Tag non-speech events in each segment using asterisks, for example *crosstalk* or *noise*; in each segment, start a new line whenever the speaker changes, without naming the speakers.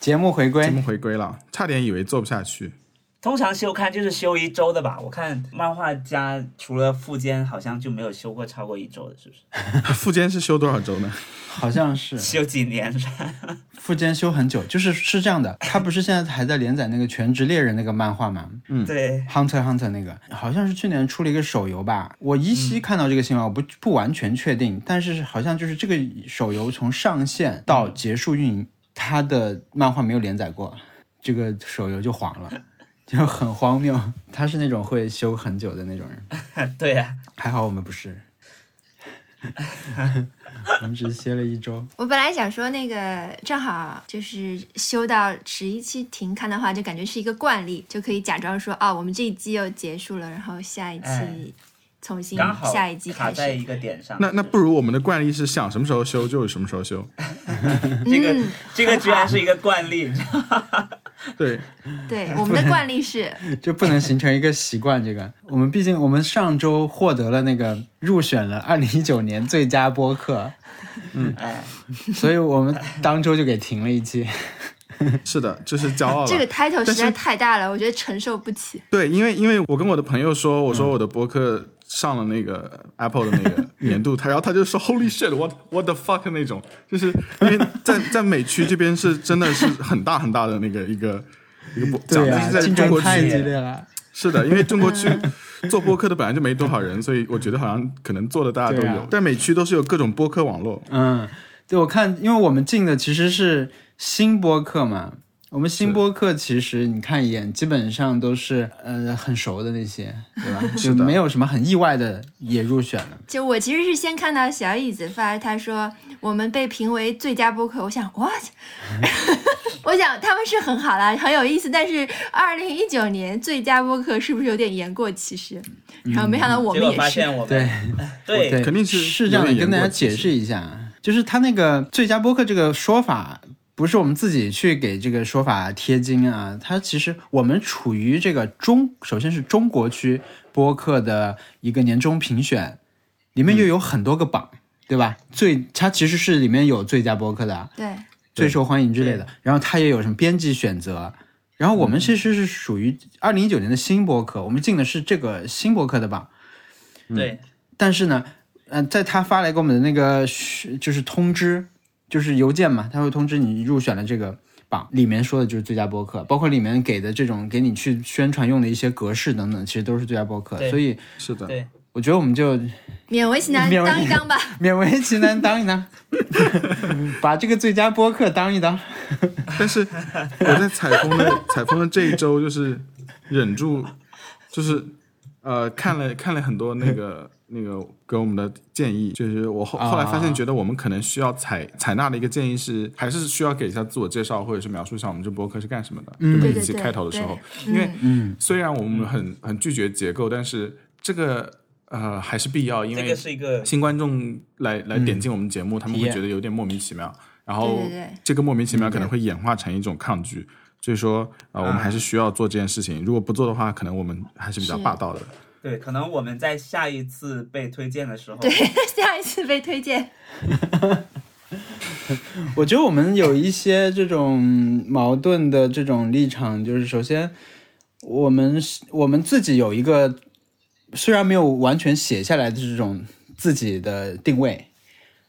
节目回
节
归
目回归了，差点以为做不下去。 *laughs*
通常休刊就是休一周的吧？我看漫画家除了富坚，好像就没有休过超过一周的，是不是？ *laughs*
副监是休多少周呢？
好像是
休几年是吧？
富坚休很久，就是是这样的，他不是现在还在连载那个《全职猎人》那个漫画吗？
嗯
对，
Hunter x Hunter 那个好像是去年出了一个手游吧，我依稀看到这个新闻，我不不完全确定，但是好像就是这个手游从上线到结束运营，它的漫画没有连载过，这个手游就黄了， *laughs* 就很荒谬。他是那种会修很久的那种人，
对啊呀、
还好我们不是， *laughs* 我们只歇了一周。
我本来想说那个正好就是休到十一期停刊的话，就感觉是一个惯例，就可以假装说哦，我们这一季又结束了，然后下一
哎
期重新
刚好
下一季
卡
开
在
始。
一个点上。
那那
是
不如我们的惯例是想什么时候休就什么时候休。
*laughs* 这个、
嗯
这个居然是一个惯例，
对，
*laughs*
对，我们的惯例是
就不能形成一个习惯。这个，我们毕竟我们上周获得了那个入选了二零一九年最佳播 *laughs* 客，
嗯
哎，
所以我们当周就给停了一期。
是的，就是骄傲了。
这个 title
是
实在太大了，我觉得承受不起。
对，因为因为我跟我的朋友说，我说我的博客上了那个 Apple 的那
*laughs*
个年度，他、然后他就说 Holy shit，what what the fuck 那种，就是因为在在美区这边是真的是很大很大的那个一个一个博，讲
对啊
的
呀、
是在
*laughs* 竞
中
争
国
太
区
激烈了。
是的，因为中国区做播客的本来就没多少人，所以我觉得好像可能做的大家都
对啊
有，在美区都是有各种播客网络。
嗯，对，我看，因为我们进的其实是新播客嘛。我们新播客其实你看一眼，基本上都是呃很熟的那些，对吧？ *laughs* 就是
的
没有什么很意外的也入选了。
就我其实是先看到小椅子发，他说我们被评为最佳播客，我想 what？我想他们是很好啦，很有意思，但是二零一九年最佳播客是不是有点言过其实？然后没想到我
嗯结
们
果
也
发
是，
现我们
对，
对
对，
肯定
是
是
这样的，
有
跟
点
大家
言过其
解
实
释一下，就是他那个最佳播客这个说法。不是我们自己去给这个说法贴金啊，它其实我们处于这个中，首先是中国区播客的一个年终评选，里面又有很多个榜，对吧？最它其实是里面有最佳播客的啊，
对
最受欢迎之类的。然后它也有什么编辑选择。然后我们其实是属于二零一九年的新播客，我们进的是这个新播客的榜。
对，
但是呢，嗯、在他发来给我们的那个是就是通知，就是邮件嘛，他会通知你入选了这个榜，里面说的就是最佳播客，包括里面给的这种给你去宣传用的一些格式等等，其实都是最佳播客。
对
所以
是的，
对
我觉得我们就
勉为其难
勉为
当一当吧。
勉为其难当 *laughs* 一当，把这个最佳播客当一当。
但是我在采风的采风的这一周，就是忍住，就是呃看了看了很多那个那个给我们的建议，就是我后
啊
后来发现，觉得我们可能需要采采纳的一个建议是，还是需要给一下自我介绍，或者是描述一下我们这播客是干什么的。嗯
对
每
对
一期
对
开头的时
对
候，
嗯
因为虽然我们很很拒绝结构，但是这个呃还是必要，因
这
为
个是一个
新观众来来点进我们节目，他们
体
会
验
觉得有点莫名其妙，然后
对对对
这个莫名其妙可能会演化成一种抗拒，所以说呃，我们还是需要做这件事情，如果不做的话，可能我们还是比较
是
霸道的。
对，可能我们在下一次被推荐的时候，
对， *laughs* 下一次被推荐，
我觉得我们有一些这种矛盾的这种立场，就是首先，我们是我们自己有一个虽然没有完全写下来的这种自己的定位，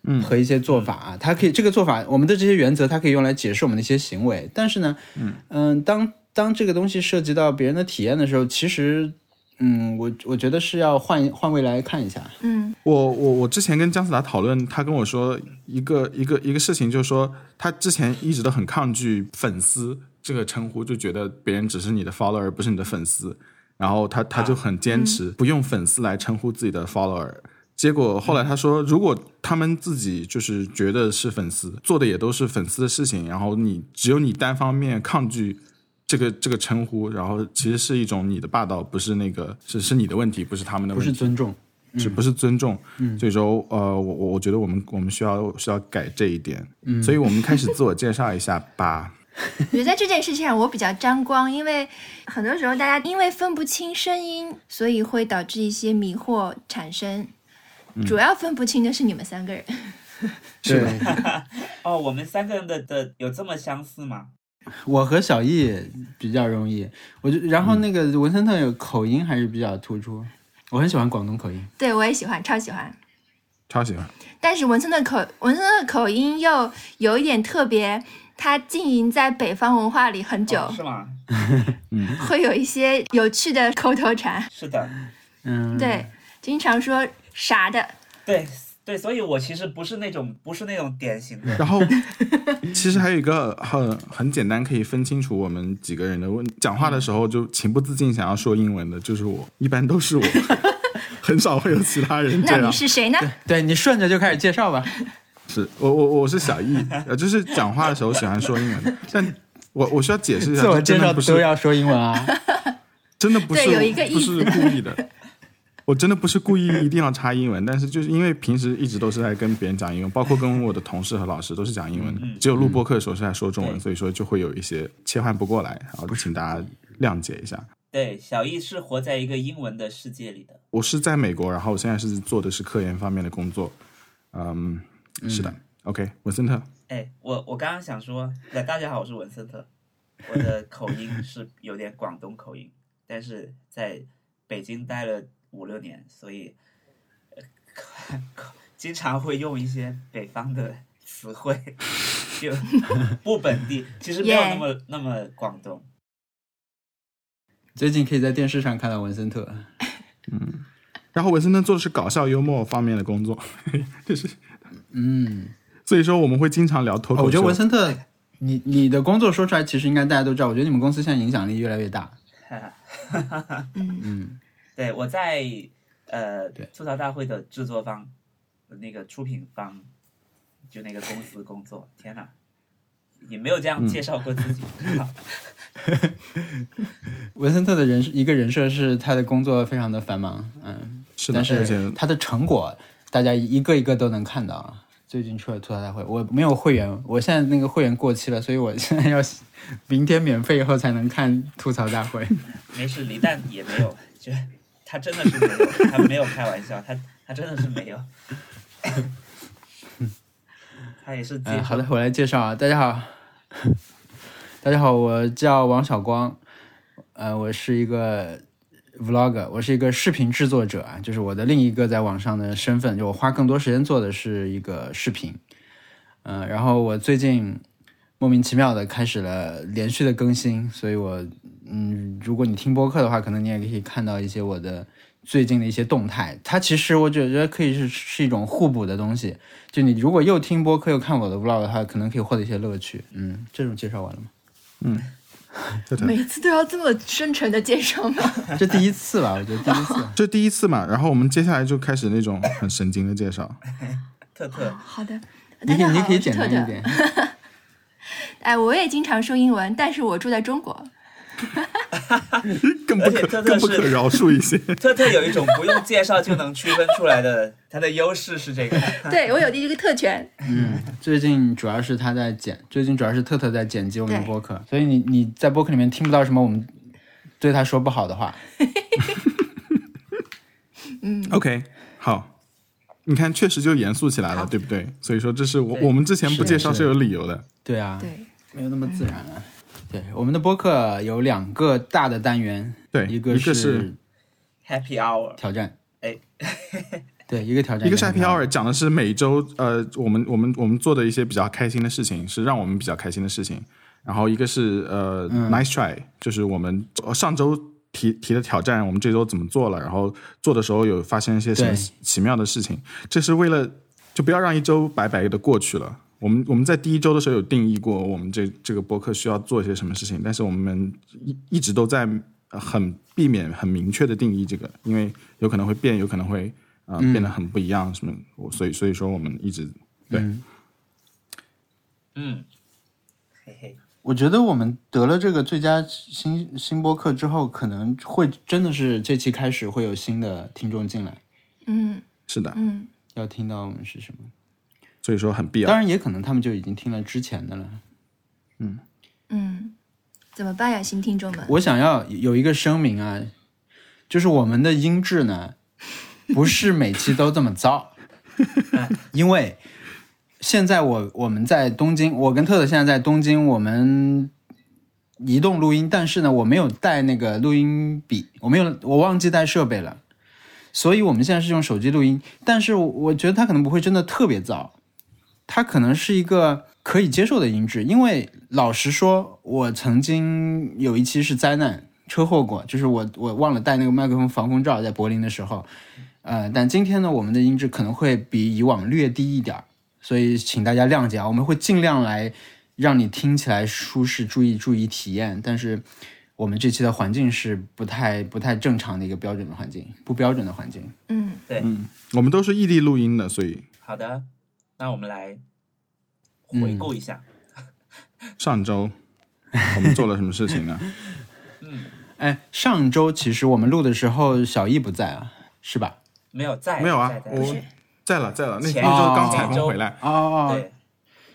嗯，和一些做法啊，它可以这个做法，我们的这些原则，它可以用来解释我们的一些行为，但是呢，嗯当当这个东西涉及到别人的体验的时候，其实，嗯，我我觉得是要换换位来看一下，
嗯，
我我我之前跟姜思达讨论，他跟我说一个一个一个事情，就是说他之前一直都很抗拒“粉丝”这个称呼，就觉得别人只是你的 follower，而不是你的粉丝。然后他他就很坚持不用粉丝来称呼自己的 follower。结果后来他说，如果他们自己就是觉得是粉丝，做的也都是粉丝的事情，然后你只有你单方面抗拒这个这个称呼，然后其实是一种你的霸道，不是那个是是你的问题，不是他们的
不
问题
是。尊重，
只不是尊重。
嗯
所以说，呃，我我我觉得我们我们需要需要改这一点。
嗯
所以我们开始自我介绍一下吧。
我觉得在这件事情上我比较沾光，因为很多时候大家因为分不清声音，所以会导致一些迷惑产生。
嗯
主要分不清的是你们三个人，
对，
哦，我们三个人的的有这么相似吗？
我和小易比较容易，我就然后
嗯
那个文森特有口音还是比较突出，我很喜欢广东口音。
对我也喜欢，超喜欢。
超喜欢。
但是文森的口文森的口音又有一点特别，它浸淫在北方文化里很久，
哦是吗？
会有一些有趣的口头禅。
是的，
嗯，
对，经常说啥的，
对对，所以我其实不是那种不是那种典型的，
然后，其实还有一个很很简单，可以分清楚我们几个人的问。讲话的时候就情不自禁想要说英文的，就是我，一般
*laughs*
都是我，很少会有其他人这
那
样
你。是谁呢？
啊对你顺着就开始介绍吧。
是我我我是小易，呃，就是讲话的时候喜欢说英文，但我我需要解释一下，
自我
啊这
介
真
绍
的不
都
是
要说英文
*laughs*
啊。
真的不是
对有一个
不是故意
*laughs*
的。我真的不是故意一定要插英文，但是就是因为平时一直都是在跟别人讲英文，包括跟我的同事和老师都是讲英文的，
嗯
只有录播课的时候是在说中文，
对
所以说就会有一些切换不过来，然后请大家谅解一下。
对，小易是活在一个英文的世界里的。
我是在美国，然后我现在是做的是科研方面的工作，嗯，是的、o k 文森特，
哎，我我刚刚想说，那大家好，我是文森特，我的口音是有点广东口音，但是在北京待了五六年，所以、呃、经常会用一些北方的词汇， *laughs* 就不本地，其实没有那么那么广东。
最近可以在电视上看到文森特，
然后文森特做的是搞笑幽默方面的工作，
嗯，
所以说我们会经常聊脱口秀。
哦我觉得文森特，你你的工作说出来，其实应该大家都知道。我觉得你们公司现在影响力越来越大。
嗯，
嗯，
对，我在呃
对
吐槽大会的制作方，呃那个出品方，就那个公司工作。天哪，也没有这样
嗯
介绍过自己。
文森特的人一个人设是他的工作非常的繁忙，嗯，
是的，
但是
而且。
他的成果大家一个一个都能看到啊。最近出了吐槽大会，我没有会员，我现在那个会员过期了，所以我现在要 *laughs* 明天免费以后才能看吐槽大会。
没事，李诞也没有，就他真的是没有，他没有开玩笑，他他真的是没有， *laughs* 他也是接
嗯，
受
好的，我来介绍啊，大家好，大家好，我叫王小光，呃，我是一个 vlog，我是一个视频制作者啊，就是我的另一个在网上的身份，就我花更多时间做的是一个视频，嗯、然后我最近莫名其妙的开始了连续的更新，所以我嗯，如果你听播客的话，可能你也可以看到一些我的。最近的一些动态，它其实我觉得可以是是一种互补的东西，就你如果又听播客又看我的 vlog 的话，可能可以获得一些乐趣。嗯，这种介绍完了吗？
每次都要这么深沉的介绍吗？ *laughs*
这第一次吧，我觉得第一次
这第一次嘛，然后我们接下来就开始那种很神经的介绍。
特特
好的，
你可
大
以
家
你
好，
可以
我是
简
特
单
特
一。点，
哎，我也经常说英文，但是我住在中国。
更不
而且
可
特特
更不
是
可饶恕一些。
特特有一种不用介绍就能区分出来的，他的优势是这个。 *laughs*
对我有这个特权。
嗯， *laughs* 最近主要是他在剪，最近主要是特特在剪辑我们的
对
播客，所以你你在播客里面听不到什么我们对他说不好的话。
OK，好，你看，确实就严肃起来了，对不对？所以说，这是我
对
我们之前不介绍
是
是有理由的。
对啊，
对，嗯
没有那么自然了、对，我们的播客有两个大的单元，
对，
一
一
个
是
Happy Hour，
挑战，
哎，
*laughs* 对，一个挑战，
一个是
挑
Happy
战
Hour，讲的是每周呃，我们我们我们做的一些比较开心的事情，是让我们比较开心的事情。然后一个是呃、Nice
嗯
Try，就是我们呃上周提提的挑战，我们这周怎么做了，然后做的时候有发生一些什么
对
奇妙的事情。这是为了就不要让一周白白的过去了。我们我们在第一周的时候有定义过，我们这这个播客需要做些什么事情，但是我们一一直都在呃很避免很明确的定义这个，因为有可能会变，有可能会啊、呃
嗯
变得很不一样什么，我所以所以说我们一直对、
嗯，嘿嘿，
我觉得我们得了这个最佳新新播客之后，可能会真的是这期开始会有新的听众进来，
嗯
是的，
嗯，
要听到我们是什么。
所以说很必要
当。然，也可能他们就已经听了之前的了。
嗯，怎么办呀，新听众们？
我想要有一个声明啊，就是我们的音质呢，不是每期都这么糟，因为现在我我们在东京，我跟特特现在在东京，我们移动录音，但是呢，我没有带那个录音笔，我没有，我忘记带设备了，所以我们现在是用手机录音。但是我我觉得它可能不会真的特别噪，它可能是一个可以接受的音质。因为老实说，我曾经有一期是灾难车祸过，就是我我忘了带那个麦克风防风罩，在柏林的时候。呃，但今天呢，我们的音质可能会比以往略低一点儿，所以请大家谅解啊，我们会尽量来让你听起来舒适，注意注意体验。但是我们这期的环境是不太不太正常的一个标准的环境，不标准的环境。
嗯，
对，
我们都是异地录音的，所以
好的，那我们来回
嗯
顾一下，
上周我们做了什么事情呢？
哎，上周其实我们录的时候，小易不在啊，是吧？
没有在
没有啊
在，在
我在了在了，那
前
那周刚采
前
风
周
回来，
哦哦，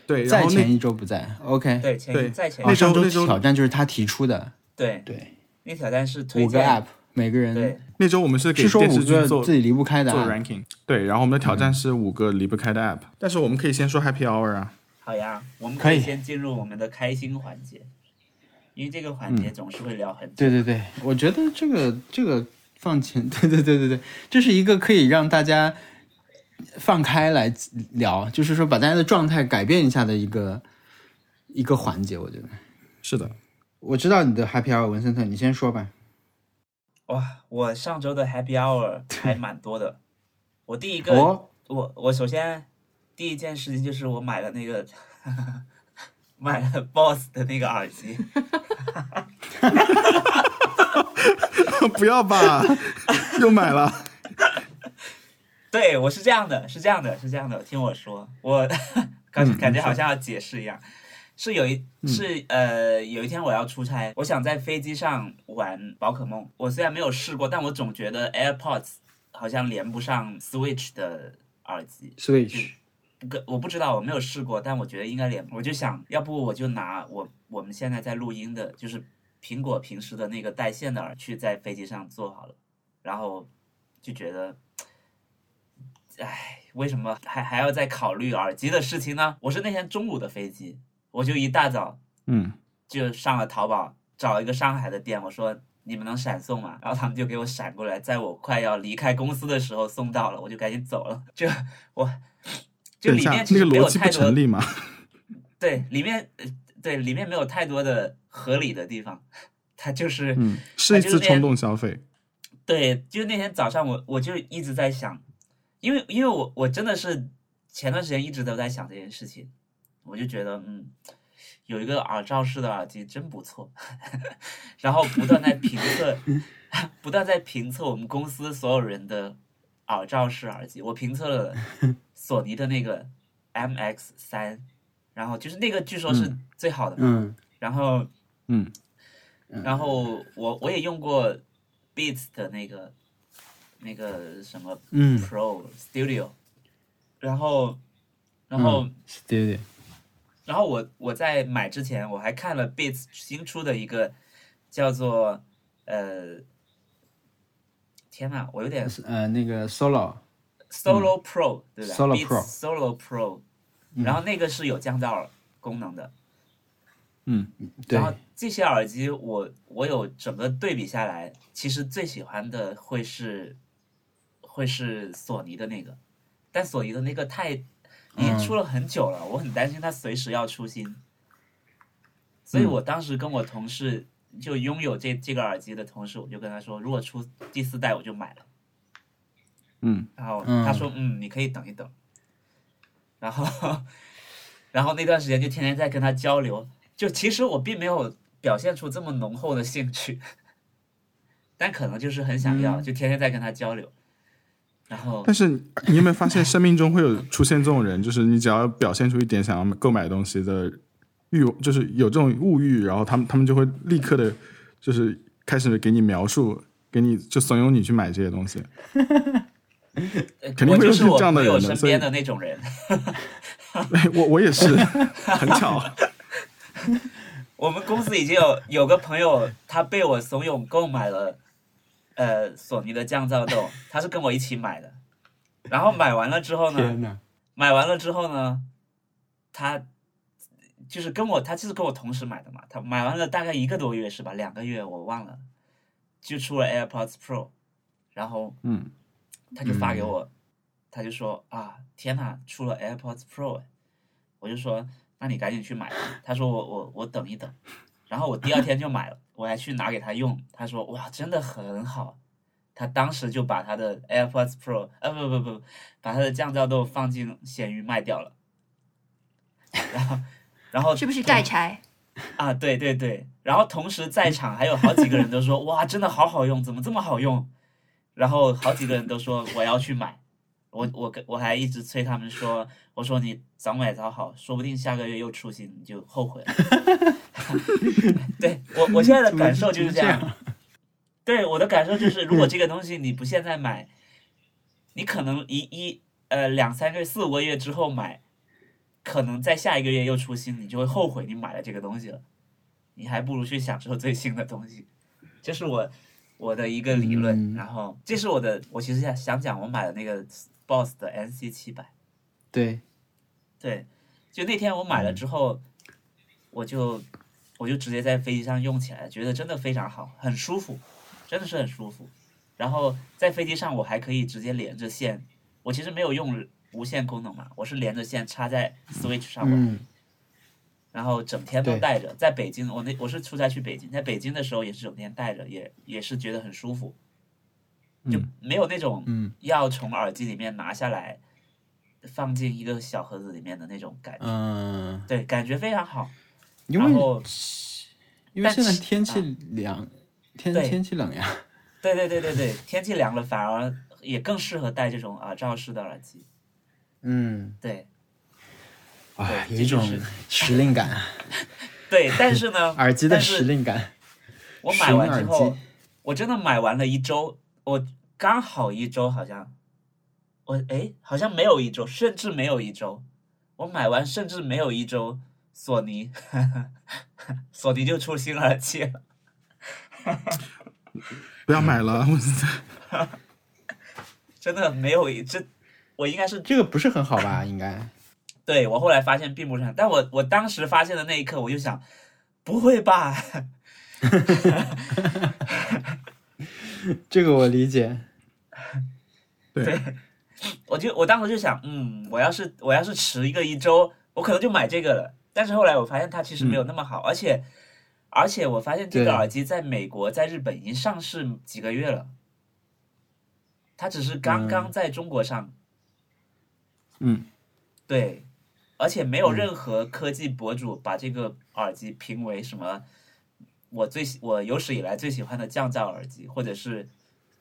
对
哦，
对，然
在
后
前
那
一周不在。OK，
对前
对
在前
哦
那周
上周
那周
挑战就是他提出的，
对
对，
那挑战是推
五个
荐
app，每个人
对
那周我们是给
是说
电
五
视剧
个
做
自己离不开的啊
做
app。
ranking，对，然后我们的挑战是五个离不开的 app，但是我们可以先说 happy hour 啊，
好呀，我们
可
可以
以
先进入我们的开心环节，因为这个环节
嗯
总是会聊很久。
对对对，我觉得这个这个放前， *laughs* 对对对对对，这是一个可以让大家放开来聊，就是说把大家的状态改变一下的一个一个环节，我觉得。
是的，
我知道你的 Happy Hour，文森特，你先说吧。
哇，我上周的 Happy Hour 还蛮多的。我第一个，
哦，
我我首先第一件事情就是我买了那个 *laughs* 买了 BOSS 的那个耳机，
不要吧，又买了，
对我是这样的，是这样的，是这样的。听我说，我感
嗯
感
你
觉
说嗯
好像要解释一样，是有一是呃有一天我要出差，我想在飞机上玩宝可梦。我虽然没有试过，但我总觉得 AirPods 好像连不上 Switch 的耳机。
Switch，
个我不知道，我没有试过，但我觉得应该连。我就想要不我就拿我我们现在在录音的，就是苹果平时的那个带线的耳去在飞机上做好了，然后就觉得，唉，为什么还还要再考虑耳机的事情呢？我是那天中午的飞机，我就一大早
嗯，
就上了淘宝找一个上海的店，我说你们能闪送吗？然后他们就给我闪过来，在我快要离开公司的时候送到了，我就赶紧走了。就我就
等一
里
下
面，其
那
实
个
没有
逻辑
太
不
多
成立嘛，
对里面呃对里面没有太多的合理的地方，它就是、
嗯，是一
就是
次
那天
冲动消费，
对，就那天早上我我就一直在想，因为因为我我真的是前段时间一直都在想这件事情，我就觉得嗯，有一个耳罩式的耳机真不错， *laughs* 然后不断在评测， *laughs* 不断在评测我们公司所有人的耳罩式耳机，我评测了索尼的那个 MX 三，然后就是那个据说是最好的，
嗯，
然后
嗯，
然后我我也用过 Beats 的那个那个什么
嗯
Pro Studio，然后然后、
嗯对对对，
然后我我在买之前我还看了 Beats 新出的一个叫做呃，天呐，我有点
呃，那个 Solo，
Solo Pro、对吧
Solo
Beats
Pro 嗯
Solo Pro，然后那个是有降噪功能的，
对
然，后这些耳机我，我有整个对比下来，其实最喜欢的会是会是索尼的那个，但索尼的那个太已
嗯
经出了很久了，我很担心它随时要出新，所以我
嗯
当时跟我同事就拥有这这个耳机的同事，我就跟他说，如果出第四代我就买了，
嗯，
然后
嗯
他说，嗯，你可以等一等，然后 *laughs* 然后那段时间就天天在跟他交流，就其实我并没有表现出这么浓厚的兴趣，但可能就是很想要，就天天在跟他交流。然后
但是你有没有发现，生命中会有出现这种人，就是你只要表现出一点想要购买东西的欲，就是有这种物欲，然后他们他们就会立刻的，就是开始给你描述，给你就怂恿你去买这些东西。
呃
肯定
我
会
就
有
是我
这样的
朋友
人的
身
所以
边的那种人，
哎我我也是，很巧，
我们公司已经有有个朋友，他被我怂恿购买了，呃，索尼的降噪豆，他是跟我一起买的。然后买完了之后呢，
天哪，
买完了之后呢，他就是跟我他就是跟我同时买的嘛，他买完了大概一个多月是吧？两个月我忘了，就出了 AirPods Pro，然后
嗯，
他就发给我，他就说啊，天呐，出了 AirPods Pro，哎我就说那你赶紧去买吧。他说我我我等一等，然后我第二天就买了，我还去拿给他用，他说哇，真的很好。他当时就把他的 AirPods Pro，呃、不不不，把他的降噪豆放进闲鱼卖掉了，然后然后
是不是
嗯
盖柴？
*laughs* 啊，对对对，然后同时在场还有好几个人都说哇，真的好好用，怎么这么好用？然后好几个人都说我要去买，我我跟我还一直催他们说，我说你早买早好，说不定下个月又出新你就后悔了。 *laughs* 对我我现在的感受就是
*laughs*
这
怎
样，对我的感受就是，如果这个东西你不现在买，你可能一一呃两三个月四五个月之后买，可能在下一个月又出新，你就会后悔你买了这个东西了。你还不如去享受最新的东西。这是我我的一个理
嗯
论，然后这是我的，我其实想想讲我买的那个 BOSS 的 NC 七百，
*laughs* 对，
对，就那天我买
嗯
了之后，我就我就直接在飞机上用起来，觉得真的非常好，很舒服，真的是很舒服。然后在飞机上我还可以直接连着线，我其实没有用无线功能嘛，我是连着线插在 Switch 上玩。
嗯
然后整天都
对
带着。在北京，我那我是出差去北京，在北京的时候也是整天带着，也也是觉得很舒服，就
嗯
没有那种
嗯
要从耳机里面拿下来，放进一个小盒子里面的那种感觉。
嗯，
对，感觉非常好。
因
然
为
后，
因为现在
但是
天气
啊
凉，天
对
天气冷呀，
对对对对对，天气凉了反而也更适合戴这种耳罩式的耳机。
嗯，
对
*laughs* 哇，
对
有一种
这就是
*laughs* 时令
*laughs*
感啊，
对，但是呢，
*laughs* 耳机的
但是
时令感，
我买完之
水银
后
耳机，
我真的买完了一周，我刚好一周好像，我哎好像没有一周，甚至没有一周，我买完甚至没有一周，索尼， *laughs* 索尼就出新耳机了。
不要买了，我
真的没有一这，我应该是
这个不是很好吧？应该，
对我后来发现并不是很，但我我当时发现的那一刻，我就想，不会吧？
这个我理解，
对，
我就我当时就想，嗯，我要是我要是迟一个一周，我可能就买这个了。但是后来我发现它其实没有那么好，而且而且我发现这
对
个耳机在美国、在日本已经上市几个月了，它只是刚刚在中国上，
嗯，
对，而且没有任何科技博主把这个耳机评为什么我最喜我有史以来最喜欢的降噪耳机，或者是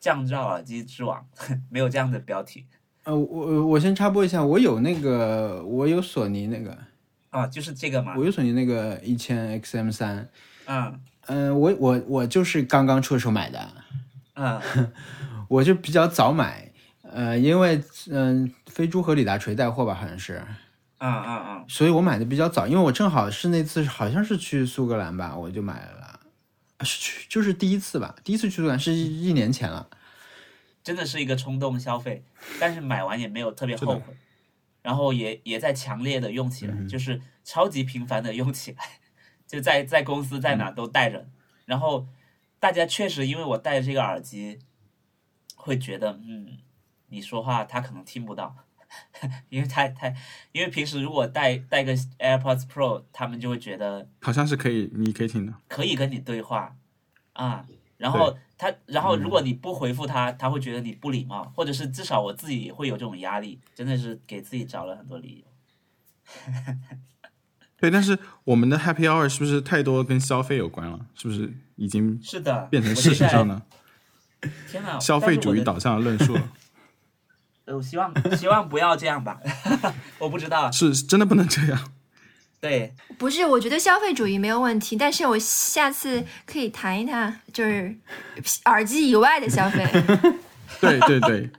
降噪耳机之王， *laughs* 没有这样的标题。
呃，我我先插播一下，我有那个，我有索尼那个，
啊，就是这个嘛，
我有索尼那个一千 XM 三，
嗯
嗯，我我我就是刚刚出手买的，
嗯，
我就比较早买，呃，因为嗯、飞猪和李大锤带货吧，好像是，
嗯嗯嗯，
所以我买的比较早，因为我正好是那次好像是去苏格兰吧，我就买了，啊是去就是第一次吧，第一次去苏格兰是一一年前了，
真的是一个冲动消费，但是买完也没有特别后悔，然后也也在强烈的用起来，就是超级频繁的用起来，就在在公司在哪都带着，然后大家确实因为我戴着这个耳机，会觉得嗯，你说话他可能听不到。 *laughs* 因为太太，因为平时如果戴戴个 AirPods Pro，他们就会觉得
好像是可以，你可以听的，
可以跟你对话啊。然后他，
嗯
然后如果你不回复他，他会觉得你不礼貌，或者是至少我自己也会有这种压力，真的是给自己找了很多理由。
对。但是我们的 Happy Hour 是不是太多跟消费有关了？是不是已经
是的，
变成
我
事
现
实
在
上呢？
天哪，
消费主义
但
导向的论述了，
是我的。呃我希望 *laughs* 希望不要这样吧， *laughs* 我不知道。
是真的不能这样。
对，
不是，我觉得消费主义没有问题，但是我下次可以谈一谈，就是耳机以外的消费。
对对对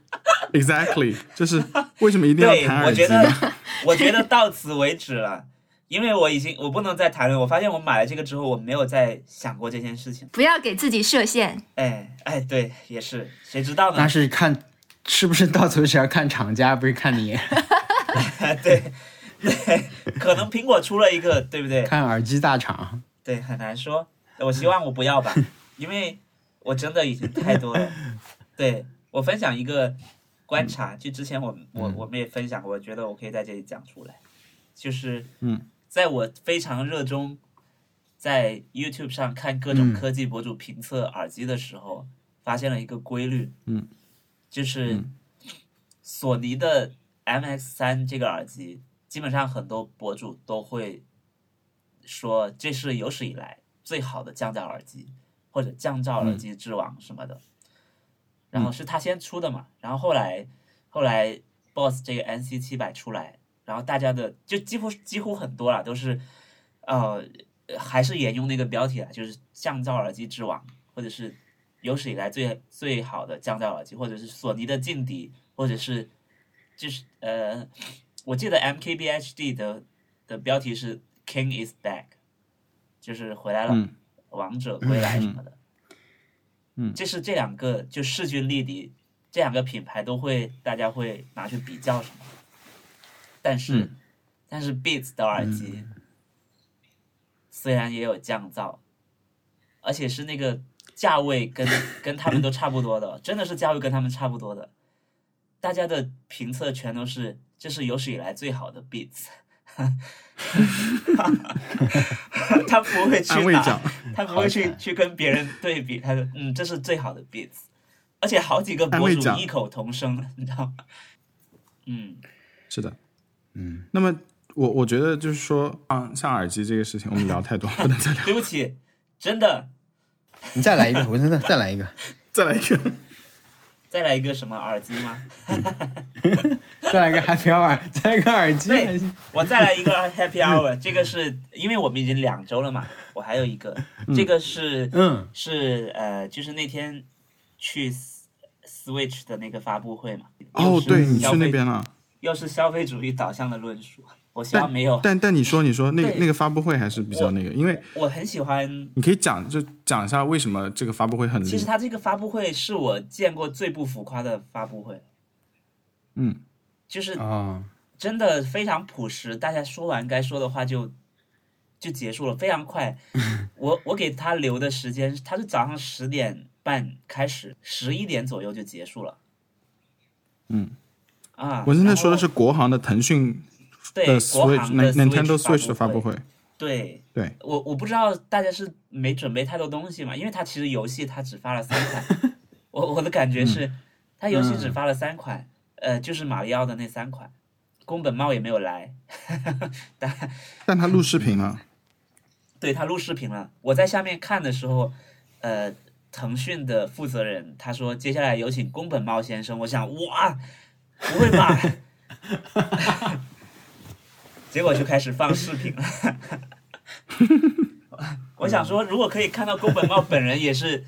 ，exactly，就是为什么一定要
对
谈
我
耳
觉
机
得
呢？
*laughs* 我觉得到此为止了，因为我已经我不能再谈论。我发现我买了这个之后，我没有再想过这件事情。
不要给自己设限。
哎哎，对，也是，谁知道呢？
但是看是不是到头只要看厂家，不是看你，
对，可能苹果出了一个，对不对？
看耳机大厂，
对，很难说。我希望我不要吧，因为我真的已经太多了。对我分享一个观察，就之前我我
嗯
我们也分享过，我觉得我可以在这里讲出来，就是
嗯，
在我非常热衷在 YouTube 上看各
嗯
种科技博主评测耳机的时候，发现了一个规律，
嗯，
就是
嗯
索尼的 MX 三这个耳机，基本上很多博主都会说这是有史以来最好的降噪耳机，或者降噪耳机之王什么的。然后是他先出的嘛，然后后来后来 BOSS 这个 NC 七百出来，然后大家的就几乎几乎很多啦，都是呃还是沿用那个标题啊，就是降噪耳机之王，或者是有史以来最最好的降噪耳机，或者是索尼的劲敌，或者是就是呃，我记得 MKBHD 的的标题是 King is back，就是回来了，
嗯
王者归来什么的。
嗯
这是这两个就势均力敌，这两个品牌都会大家会拿去比较什么。但是，
嗯
但是 Beats 的耳机、虽然也有降噪，而且是那个价
*laughs*
位跟跟他们都差不多的，真的是价位跟他们差不多的。大家的评测全都是这是有史以来最好的
*laughs*
Beats。他不会去
安慰
拿
奖，
他不会去去跟别人对比，他说嗯，这是最好的 beats，而且好几个
安
博
慰
主
奖
异口同声，你知道吗？嗯，
是的，
嗯，
那么我我觉得就是说，啊，像耳机这个事情，我们聊太多，不能再聊，
对不起，真的，
你再来一个，我真的再来一个，
再来一个，
再来一个什么耳机
*laughs*
吗？
再来一个 Happy Hour，再来一个耳机，
对我再来一个 happy hour，这个是因为我们已经两周了嘛，我还有一个，这个是
嗯
是呃，就是那天去 S- Switch 的那个发布会嘛，
哦
又，是
对你
消
去那
费
边了，
又是消费主义导向的论述，我希望
但
没有，
但但你说你说那个
对
那个发布会还是比较那个，因为
我很喜欢
你可以讲就讲一下为什么这个发布会很
其
厉
实他这个发布会是我见过最不浮夸的发布会，
嗯，
就是
啊，
真的非常朴实，大家说完该说的话就就结束了，非常
*laughs*
快。我我给他留的时间，他是早上十点半开始，十一点左右就结束了。
嗯，
啊，
我现在说的
然
是
后国
国行的腾讯
对国
Switch、
行的
Nintendo Switch 的发布
布会，
会，
对。
对，
我我不知道大家是没准备太多东西嘛，因为它其实游戏它只发了三款，我我的感觉是，它游戏只发了三款，呃，就是马里奥的那三款，宫本茂也没有来，
但他录视频了，
嗯对他录视频了。我在下面看的时候，呃，腾讯的负责人他说接下来有请宫本茂先生，我想哇，不会吧？ *laughs* 结果就开始放视频了。 *laughs* 我想说，如果可以看到宫本茂本人，也是，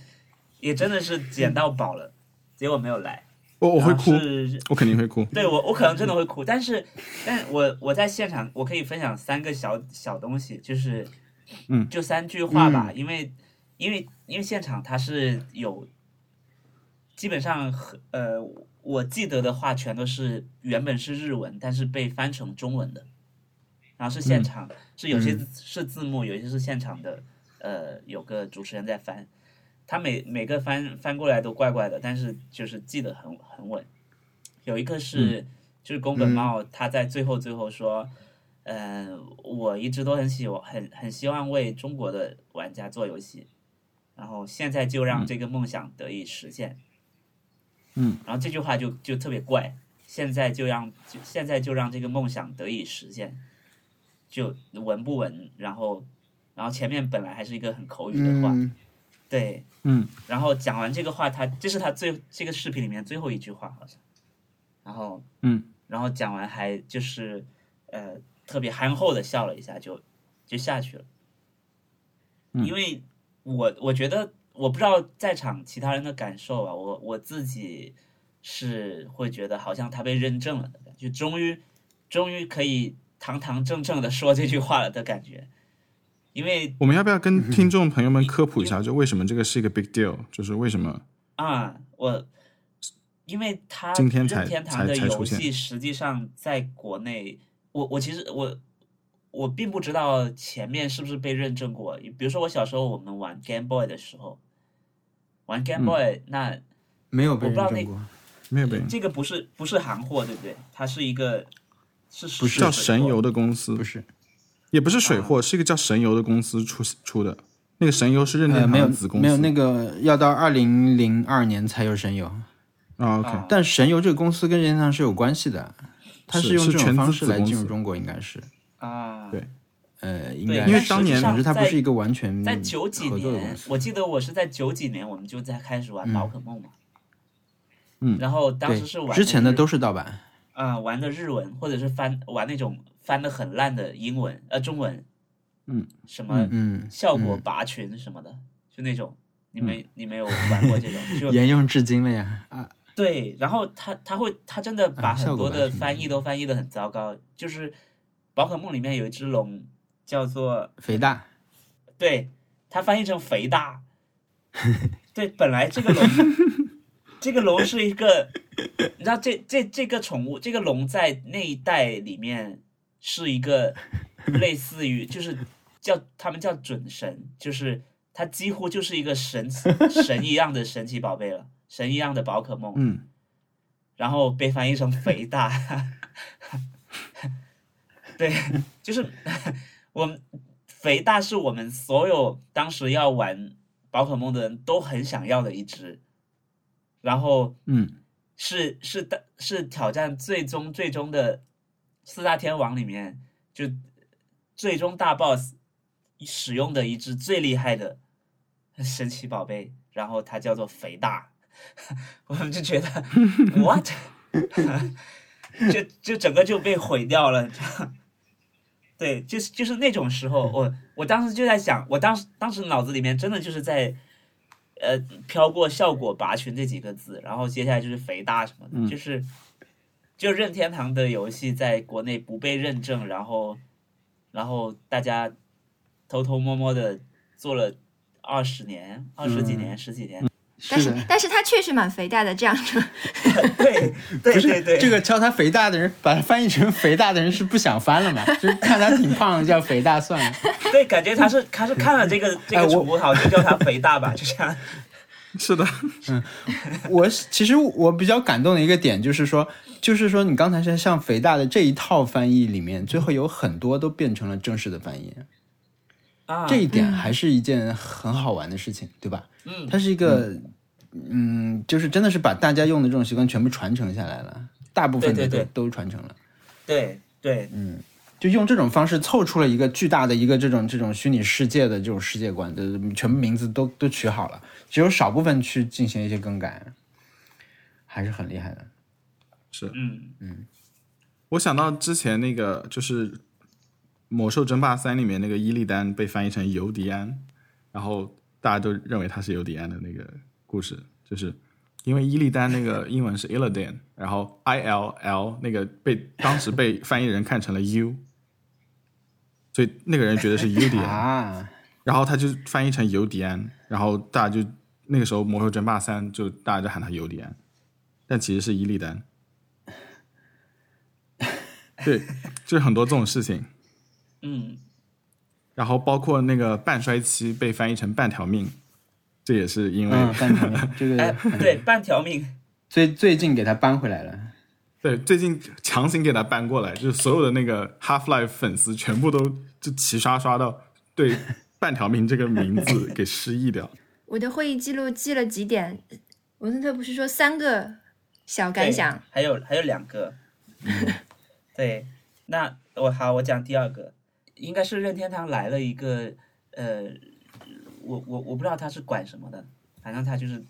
也真的是捡到宝了。结果没有来，
我我会哭
然后，是
我肯定会哭，
对我，我可能真的会哭，但是，但我我在现场，我可以分享三个小小东西，就是，
嗯
就三句话吧，因为，因为，因为现场它是有，基本上和呃，我记得的话全都是原本是日文，但是被翻成中文的，然后是现场，是有些
嗯
是字幕，有些是现场的，呃，有个主持人在翻，他每每个翻翻过来都怪怪的，但是就是记得很很稳。有一个是、就是宫本茂，他在最后最后说，嗯、我一直都很喜欢很很希望为中国的玩家做游戏，然后现在就让这个梦想得以实现。
嗯，
然后这句话就就特别怪，现在就让就现在就让这个梦想得以实现，就文不文，然后然后前面本来还是一个很口语的话，
嗯
对，
嗯，
然后讲完这个话，他这是他最这个视频里面最后一句话好像，然后
嗯，
然后讲完还就是呃特别憨厚的笑了一下就就下去了，
嗯
因为我我觉得我不知道在场其他人的感受啊，我我自己是会觉得好像他被认证了的感觉，就终于终于可以堂堂正正的说这句话了的感觉，因为
我们要不要跟听众朋友们科普一
嗯
下，就为什么这个是一个 big deal，就是为什么
啊，我因为它
今天
任
才
天堂
才
的
才出
游
现
戏实际上在国内，我我其实我我并不知道前面是不是被认证过。比如说我小时候我们玩 Game Boy 的时候，玩
嗯
Game Boy、那
没有被
我
认
不知道
证
那
过。
没有被
这个不是不是行货，对不对？它是一个是不
叫神游的公司
不，是，啊
也不是水货，是一个叫神游的公司出出的。那个神游是任天
呃，
堂
没有
的子公司，
没有那个要到二零零二年才有神游，
啊，OK，
啊
但神游这个公司跟任天堂是有关系的，它
是
用
是
这种
全资
方式
子
来
公
进入
司
中国，应该是
啊，
对
呃，应
对
该
因为
是
当年
可是它不
在
是一个完全
嗯
在九几
合作的公
年
司，
我记得我是在九几年，我们就在开始玩宝可梦嘛。
嗯
然后当
对
时是玩
之前的
日
都是盗版，
啊、玩的日文，或者是翻玩那种翻的很烂的英文呃中文，
嗯，
什么
嗯，
效果
嗯
拔群什么的，就那种你们、你没有玩过这种，
*laughs*
就
沿用至今了呀啊，
对，然后他他会他真的把
啊效
很
果
多
吧
的
是
翻译都翻译的很糟糕，就是宝可梦里面有一只龙叫做
肥大，
对，它翻译成肥大。对，本来这个龙，这个龙是一个，你知道这这这个宠物，这个龙在那一代里面是一个类似于，就是叫他们叫准神，就是它几乎就是一个神神一样的神奇宝贝了，神一样的宝可梦。
嗯，
然后被翻译成肥大。 *laughs* 对，就是我们肥大是我们所有当时要玩宝可梦的人都很想要的一只，然后
嗯
是是的是挑战最终最终的四大天王里面就最终大 boss 使用的一只最厉害的神奇宝贝，然后它叫做肥大， *laughs* 我们就觉得 *laughs* what，就就整个就被毁掉了。对，就是就是那种时候，我我当时就在想，我当时当时脑子里面真的就是在，呃，飘过“效果拔群”这几个字，然后接下来就是“肥大”什么的，
嗯
就是就任天堂的游戏在国内不被认证，然后然后大家偷偷摸摸的做了二十年、二十
嗯
几年、十几年，
但
是
是
的。
但是它确实蛮肥大的，这样说。
对对对对，
这个叫他肥大的人，把它翻译成肥大的人是不想翻了嘛？就是看他挺胖，叫肥大算了。
*laughs* 对，感觉他是他是看了这个这
哎
个
我
宠物好就叫他肥大吧，就这样。
是的，
我其实我比较感动的一个点就是说，就是说你刚才像像肥大的这一套翻译里面，最后有很多都变成了正式的翻译，
啊，
这一点还是一件很好玩的事情，对吧？
嗯
它是一个，嗯，就是真的是把大家用的这种习惯全部传承下来了，大部分的
对对
都
对
都传承了。
对对
就用这种方式凑出了一个巨大的一个这种这种虚拟世界的这种世界观，就是全部名字都都取好了，只有少部分去进行一些更改，还是很厉害的。
嗯
我想到之前那个就是《魔兽争霸三》里面那个伊利丹被翻译成尤迪安，然后大家都认为他是尤迪安的那个故事，就是因为伊利丹那个英文是 Illidan，然后 I L L 那个被当时被翻译人看成了 U，所以那个人觉得是尤迪安。
啊，
然后他就翻译成尤迪安，然后大家就那个时候《魔兽争霸三》就大家就喊他尤迪安，但其实是伊利丹。 *laughs* 对，就是很多这种事情，
嗯，
然后包括那个半衰期被翻译成半条命，这也是因为、
*laughs* 嗯，半条命这
哎
个，
对，半条命，
最最近给它搬回来了。
对最近强行给他搬过来，就是所有的那个 Half Life 粉丝全部都就齐刷刷到对半条命这个名字给失忆掉。
我的会议记录记了几点？文森特不是说三个小 *laughs* 感
对
想？
还有还有两个， *laughs* 对，那我好，我讲第二个，应该是任天堂来了一个，呃，我我我不知道他是管什么的，反正他就是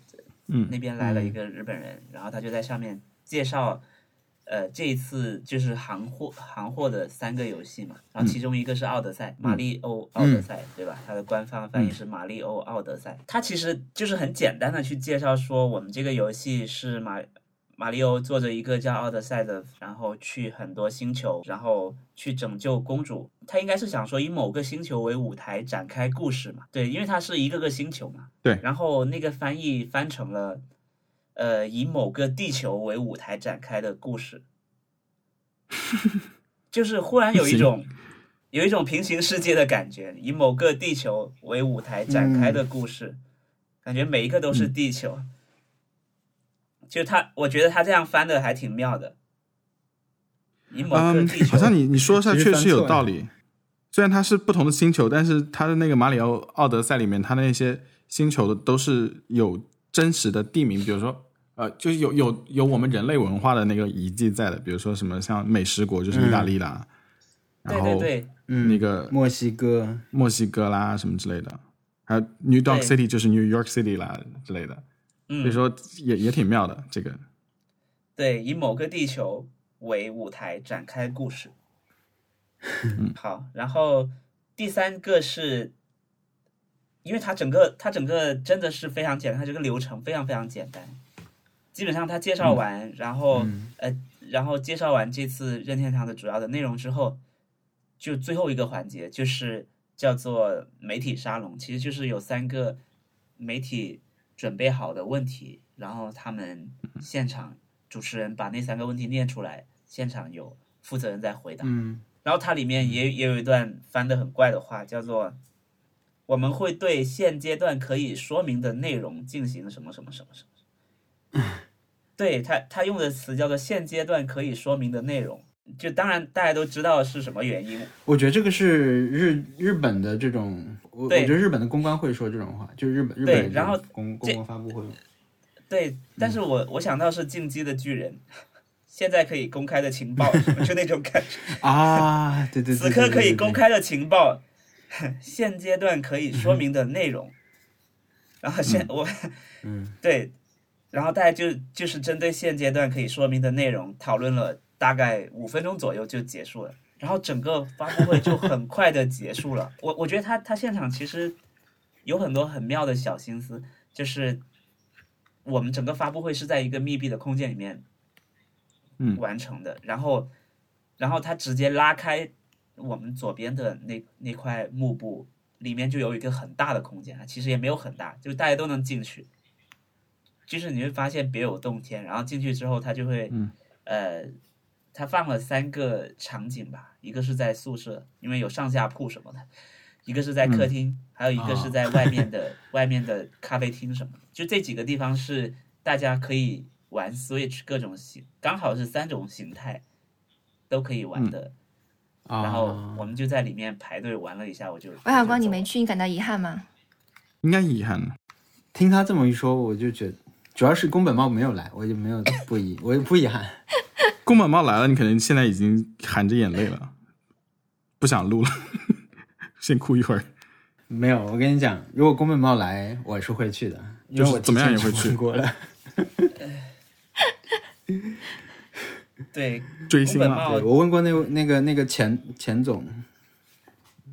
嗯
那边来了一个日本人，然后他就在上面介绍，呃，这一次就是行货行货的三个游戏嘛，然后其中一个是《奥德赛》马里欧奥德赛》，对吧？它的官方翻译是《马里欧奥德赛》，它其实就是很简单的去介绍说，我们这个游戏是马马里欧坐着一个叫奥德赛的，然后去很多星球，然后去拯救公主。他应该是想说以某个星球为舞台展开故事嘛？对，因为它是一个个星球嘛。
对
然后那个翻译翻成了，呃，以某个地球为舞台展开的故事。就是忽然有一种有一种平行世界的感觉，以某个地球为舞台展开
嗯
的故事，感觉每一个都是地球。就他，我觉得他这样翻的还挺妙的。以 *laughs* 某个
嗯
地，球，
好像你你说一下
其实
确
翻
实有
错
道
了
理。虽然它是不同的星球，但是它的那个《马里奥奥德赛》里面，它那些星球的都是有真实的地名，比如说呃，就是有有有我们人类文化的那个遗迹在的，比如说什么像美食国就是意大利啦，
对
然
对
后
对，
嗯，
那个
墨西哥，
墨西哥啦什么之类的，还有 New York
对
City 就是 New York City 啦之类的，
嗯，
所以说也也挺妙的这个。
对，以某个地球为舞台展开故事。好，然后第三个是，因为它整个它整个真的是非常简单，它这个流程非常非常简单，基本上他介绍完，然后、呃，然后介绍完这次任天堂的主要的内容之后，就最后一个环节就是叫做媒体沙龙，其实就是有三个媒体准备好的问题，然后他们现场主持人把那三个问题念出来，现场有负责人在回答。
嗯
然后它里面也也有一段翻的很怪的话，叫做“我们会对现阶段可以说明的内容进行什么什么什么什么”。对他，他用的词叫做“现阶段可以说明的内容”。就当然大家都知道是什么原因，
我觉得这个是日日本的这种，我我
对
觉得日本的公关会说这种话，就是日本日
对
本的这
然后
种公公
这
关发
*laughs*
布会，
对。但是我我想到是进击的巨人，现在可以公开的情报，就那种感觉，
啊，对对对，
此刻
对
可以公，开的情报， *laughs* 现阶段可以说明的内容。然后现我
对对对嗯
*laughs* 对，然后大家就就是针对现阶段可以说明的内容讨论了大概五分钟左右就结束了，然后整个发布会就很快的结束了。 *laughs* 我我觉得他他现场其实有很多很妙的小心思，就是我们整个发布会是在一个密闭的空间里面
嗯
完成的，然后然后他直接拉开我们左边的那那块幕布。里面就有一个很大的空间啊，其实也没有很大，就大家都能进去。就是你会发现别有洞天，然后进去之后，他就会，
嗯
呃，他放了三个场景吧，一个是在宿舍，因为有上下铺什么的，一个是在客厅，还有一个是在外面的、外面的咖啡厅什么的，就这几个地方是大家可以玩 Switch 各种形，刚好是三种形态都可以玩的。
啊，
然后我们就在里面排队玩了一下，我就
王小光，你
没
没去，你感到遗憾吗？
应该遗憾了，
听他这么一说，我就觉得主要是宫本茂没有来，我就没有不遗，我也不遗憾。
宫本茂来了，你可能现在已经含着眼泪了，不想录了， *laughs* 先哭一会儿。
没有，我跟你讲，如果宫本茂来，我是会去的，因为我
就是怎么样也会去
提前去过了。
对
追星
宫本
了
茂，
对我问过那那个那个钱钱总，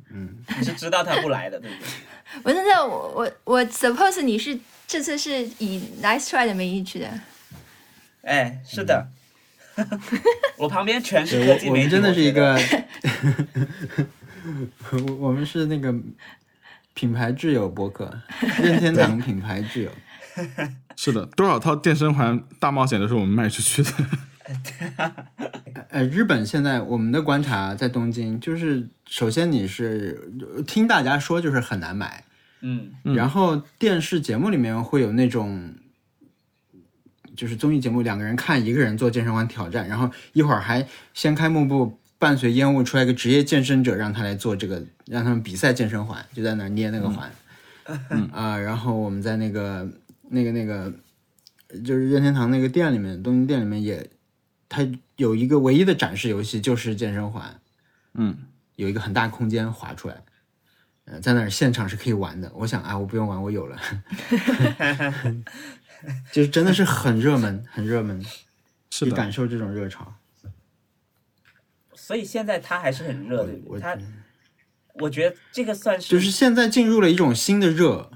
你是知道他不来的，对不对？
我真的，我我我 suppose 你是这次是以 Nice Try 的名义去的，
哎，是的， *laughs* 我旁边全
嗯
是
对
科技
我我
媒体，
们真的是一
我觉得
个， *laughs* 我我们是那个品牌挚友博客，任天堂品牌挚友。
是的，多少套健身环大冒险都是我们卖出去的。
呃，日本现在我们的观察在东京，就是首先你是呃听大家说就是很难买，
嗯，
嗯
然后电视节目里面会有那种，就是综艺节目两个人看一个人做健身环挑战，然后一会儿还掀开幕布，伴随烟雾出来一个职业健身者，让他来做这个，让他们比赛健身环，就在那儿捏那个环，嗯啊、然后我们在那个那个那个，就是任天堂那个店里面，东京店里面也，它有一个唯一的展示游戏就是健身环，
嗯，
有一个很大空间划出来，呃，在那儿现场是可以玩的。我想啊，我不用玩，我有了， *laughs* 就是真的是很热门，很热门，
是
去
的
感，受这种热潮。
所以现在他还是很热，对不
我
对？他，我觉得这个算是，
就是现在进入了一种新的热，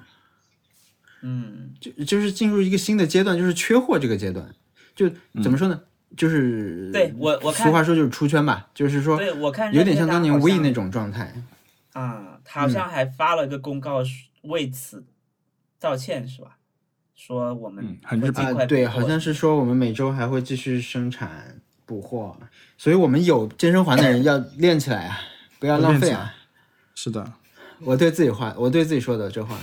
嗯，
就就是进入一个新的阶段，就是缺货这个阶段。就
嗯
怎么说呢？就是
对我我看
俗话说就是出圈吧，就是说
对我看
有点像当年 We
微
那种嗯状态。
啊，他好像还发了个公告为此道歉，是吧？说我们
嗯很日
会
本
尽
啊、
快
对，
补货
好像是说我们每周还会继续生产，捕获，所以我们有健身环的人要练起来啊，不要浪费啊！
是的，
我对自己话，我对自己说的这话。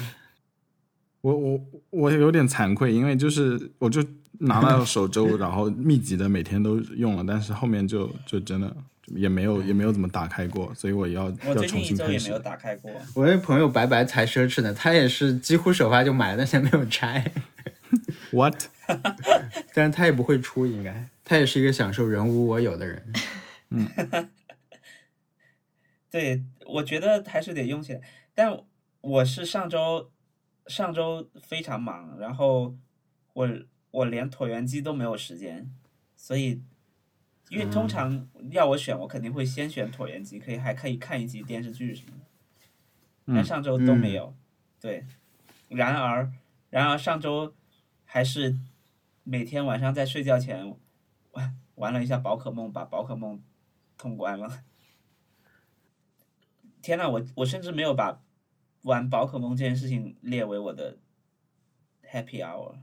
我我我有点惭愧，因为就是我就拿到手周， *laughs* 然后密集的每天都用了，但是后面就就真的也没有也没有怎么打开过，所以我要
我
要
最
重
近一
新
周
开
也没
始
有。打开过，
我有朋友白白才奢侈呢，他也是几乎首发就买了，但是没有拆，
What？
但是他也不会出，应该他也是一个享受人无我有的人。
对，我觉得还是得用起来。但我是上周上周非常忙，然后我我连椭圆机都没有时间，所以因为通常要我选，我肯定会先选椭圆机，可以还可以看一集电视剧什么的。但上周都没有，对。然而，然而上周还是每天晚上在睡觉前 *laughs* 玩玩了一下宝可梦，把宝可梦通关了。天呐，我我甚至没有把玩宝可梦这件事情列为我的 happy hour。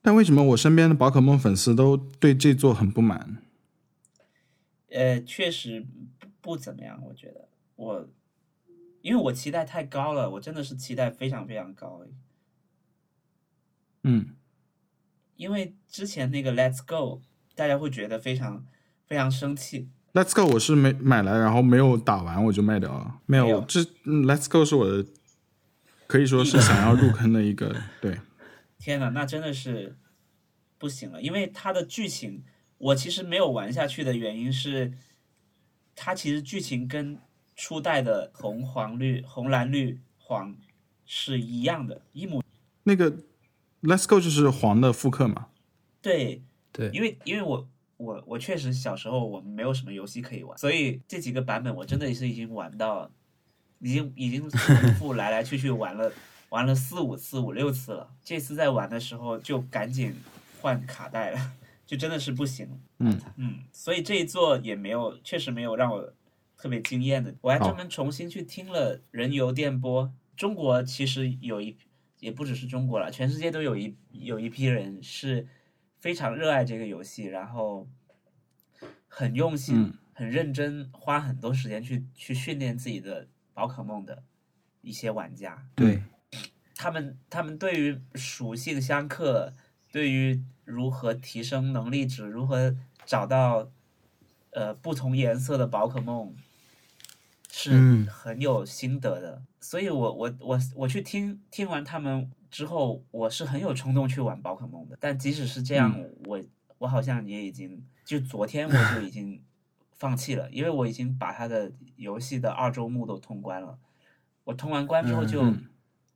但为什么我身边的宝可梦粉丝都对这座很不满？
呃，确实不不怎么样，我觉得我因为我期待太高了，我真的是期待非常非常高。
嗯，
因为之前那个 Let's Go，大家会觉得非常非常生气。
Let's Go 我是没买来，然后没有打完我就卖掉了。没
没
有
有，
这嗯 Let's Go 是我的，可以说是想要入坑的一 *laughs* 个对。
天呐，那真的是不行了，因为它的剧情我其实没有玩下去的原因是，它其实剧情跟初代的红黄绿红蓝绿黄是一样的，一模
那个 Let's Go 就是黄的复刻嘛，
对，
对
因为因为我我我确实小时候我没有什么游戏可以玩，所以这几个版本我真的是已经玩到，已经已经重复来来去去玩了玩了四五次五六次了。这次在玩的时候就赶紧换卡带了，就真的是不行。
嗯
嗯，所以这一座也没有，确实没有让我特别惊艳的。我还
好
专门重新去听了人游电波。中国其实有一，也不只是中国了，全世界都有一有一批人是非常热爱这个游戏，然后很用心、
嗯
很认真，花很多时间去去训练自己的宝可梦的一些玩家。
对，
他们他们对于属性相克，对于如何提升能力值，如何找到呃不同颜色的宝可梦，是
嗯
很有心得的。所以我我我我去听听完他们之后，我是很有冲动去玩宝可梦的。但即使是这样，
嗯
我我好像也已经就昨天我就已经放弃了，因为我已经把他的游戏的二周目都通关了。我通完关之后就、
嗯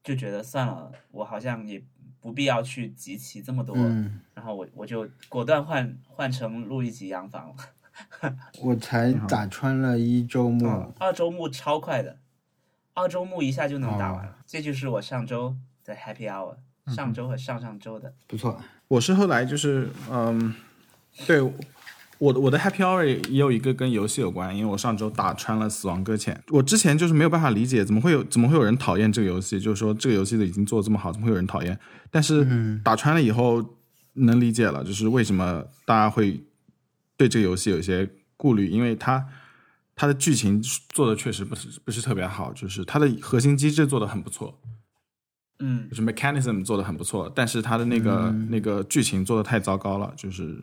就觉得算了，我好像也不必要去集齐这么多，
嗯，
然后我我就果断换换成路易吉洋房了。
我才打穿了一周末。
二周目超快的，二周目一下就能
哦
打完了。这就是我上周的 Happy Hour，上
嗯
周和上上周的。
不错，
我是后来就是嗯，对我的我的 Happy Hour 也有一个跟游戏有关，因为我上周打穿了《死亡搁浅》，我之前就是没有办法理解怎么会有怎么会有人讨厌这个游戏，就是说这个游戏的已经做的这么好，怎么会有人讨厌？但是打穿了以后能理解了，就是为什么大家会对这个游戏有一些顾虑，因为它。它的剧情做的确实不是不是特别好，就是它的核心机制做的很不错，
嗯
就是 mechanism 做的很不错，但是他的那个、那个剧情做的太糟糕了，就是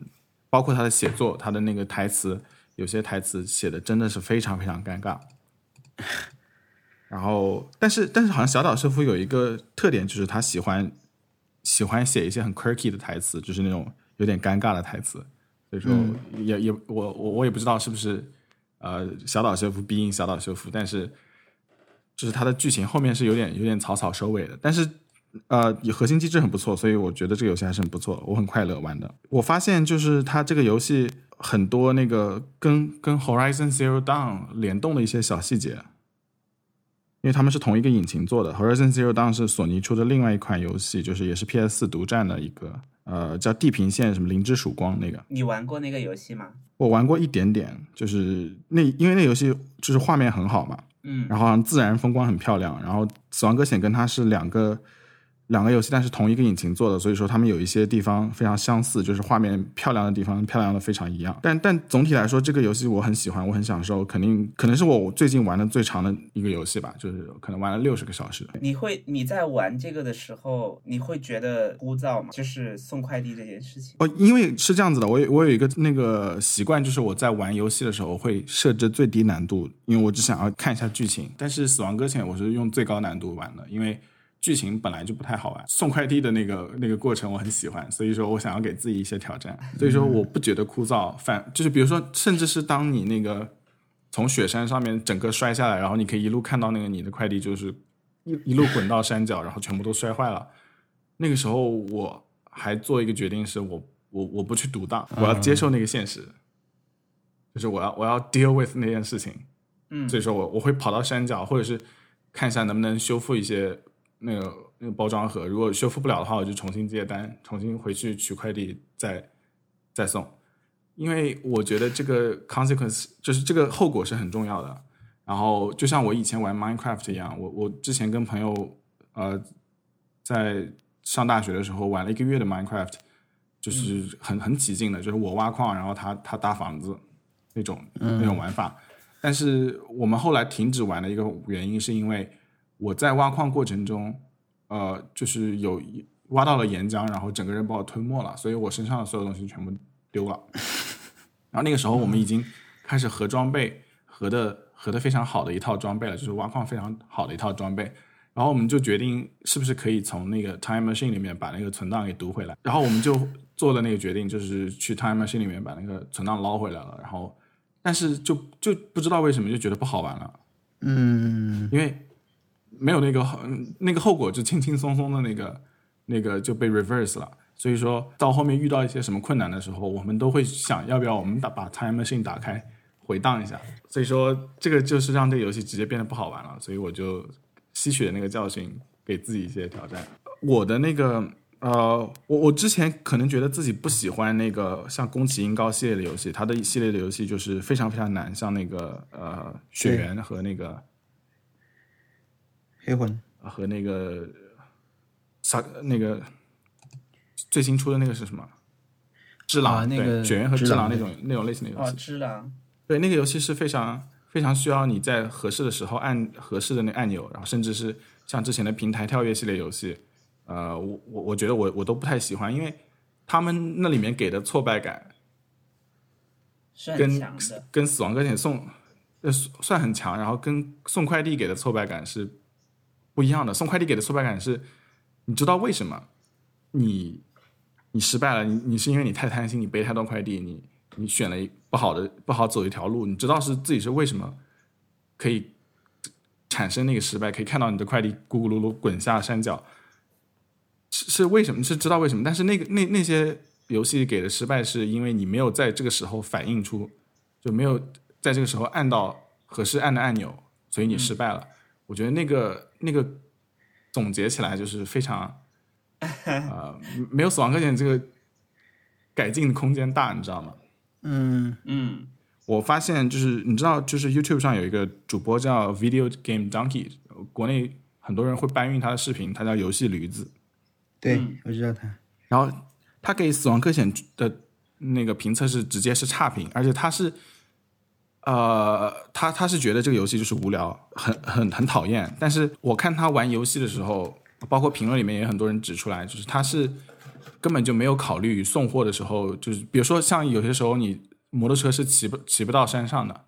包括他的写作，他的那个台词，有些台词写的真的是非常非常尴尬。然后，但是但是好像小岛秀夫有一个特点，就是他喜欢喜欢写一些很 quirky 的台词，就是那种有点尴尬的台词。所以说也、也我我我也不知道是不是呃小岛秀夫逼应小岛秀夫，但是就是它的剧情后面是有点有点草草收尾的，但是呃，也核心机制很不错，所以我觉得这个游戏还是很不错，我很快乐玩的。我发现就是它这个游戏很多那个跟跟 Horizon Zero Dawn 联动的一些小细节，因为他们是同一个引擎做的。Horizon Zero Dawn 是索尼出的另外一款游戏，就是也是 PS 四独占的一个，呃，叫《地平线》什么《灵之曙光》那个。
你玩过那个游戏吗？
我玩过一点点，就是那因为那游戏就是画面很好嘛，
嗯
然后好像自然风光很漂亮，然后《死亡搁浅》跟它是两个两个游戏，但是同一个引擎做的，所以说他们有一些地方非常相似，就是画面漂亮的地方漂亮的非常一样。但但总体来说，这个游戏我很喜欢，我很享受，肯定可能是我最近玩的最长的一个游戏吧，就是可能玩了六十个小时。
你会你在玩这个的时候，你会觉得枯燥吗？就是送快递这件事情。
哦，因为是这样子的，我有我有一个那个习惯，就是我在玩游戏的时候会设置最低难度，因为我只想要看一下剧情。但是《死亡搁浅》我是用最高难度玩的，因为剧情本来就不太好玩，送快递的那个那个过程我很喜欢，所以说我想要给自己一些挑战。所以说我不觉得枯燥，反就是比如说，甚至是当你那个从雪山上面整个摔下来，然后你可以一路看到那个你的快递就是一一路滚到山脚，然后全部都摔坏了。那个时候我还做一个决定，是我我我不去独当，我要接受那个现实，就是我要我要 deal with 那件事情。
嗯，
所以说我我会跑到山脚，或者是看一下能不能修复一些那个那个包装盒，如果修复不了的话，我就重新接单，重新回去取快递再再送，因为我觉得这个 consequence 就是这个后果是很重要的。然后就像我以前玩 Minecraft 一样，我我之前跟朋友呃在上大学的时候玩了一个月的 Minecraft，就是很很起劲的，就是我挖矿，然后他他搭房子那种那种玩法。但是我们后来停止玩的一个原因，是因为我在挖矿过程中，呃，就是有挖到了岩浆，然后整个人把我吞没了，所以我身上的所有东西全部丢了。 *laughs* 然后那个时候我们已经开始合装备，合的合的非常好的一套装备了，就是挖矿非常好的一套装备。然后我们就决定是不是可以从那个 Time Machine 里面把那个存档给读回来。然后我们就做了那个决定，就是去 Time Machine 里面把那个存档捞回来了。然后，但是就就不知道为什么就觉得不好玩了，
嗯，
因为没有那个后嗯那个后果，就轻轻松松的那个那个就被 reverse 了。所以说到后面遇到一些什么困难的时候，我们都会想要不要我们打把 Time Machine 打开回荡一下。所以说这个就是让这个游戏直接变得不好玩了。所以我就吸取了那个教训，给自己一些挑战。我的那个呃，我我之前可能觉得自己不喜欢那个像宫崎英高系列的游戏，它的一系列的游戏就是非常非常难，像那个呃雪原和那个。
黑魂
和那个啥那个最新出的那个是什么？只狼、
啊那
对
个
卷烟和
只
只
狼啊
狼
对
那种那种类型的游
哦，
戏，
知了。
对那个游戏是非常非常需要你在合适的时候按合适的那按钮，然后甚至是像之前的平台跳跃系列游戏，呃，我我我觉得我我都不太喜欢，因为他们那里面给的挫败感
是很
跟
强的，
跟死亡搁浅送，呃，算很强，然后跟送快递给的挫败感是不一样的。送快递给的挫败感是，你知道为什么你你失败了，你你是因为你太贪心，你背太多快递，你你选了一不好的不好走一条路，你知道是自己是为什么可以产生那个失败，可以看到你的快递咕咕噜噜滚下山脚，是是为什么？是知道为什么？但是那个那那些游戏给的失败，是因为你没有在这个时候反映出，就没有在这个时候按到合适按的按钮，所以你失败了。我觉得那个那个总结起来就是非常，呃，没有《死亡搁浅》这个改进的空间大，你知道吗？
嗯，
我发现就是你知道，就是 YouTube 上有一个主播叫 Video Game Donkey，国内很多人会搬运他的视频，他叫游戏驴子。
对、
嗯
我知道他，
然后他给《死亡搁浅》的那个评测是直接是差评，而且他是，呃，他他是觉得这个游戏就是无聊，很很很讨厌。但是我看他玩游戏的时候，包括评论里面也很多人指出来，就是他是根本就没有考虑送货的时候，就是比如说像有些时候你摩托车是骑不骑不到山上的。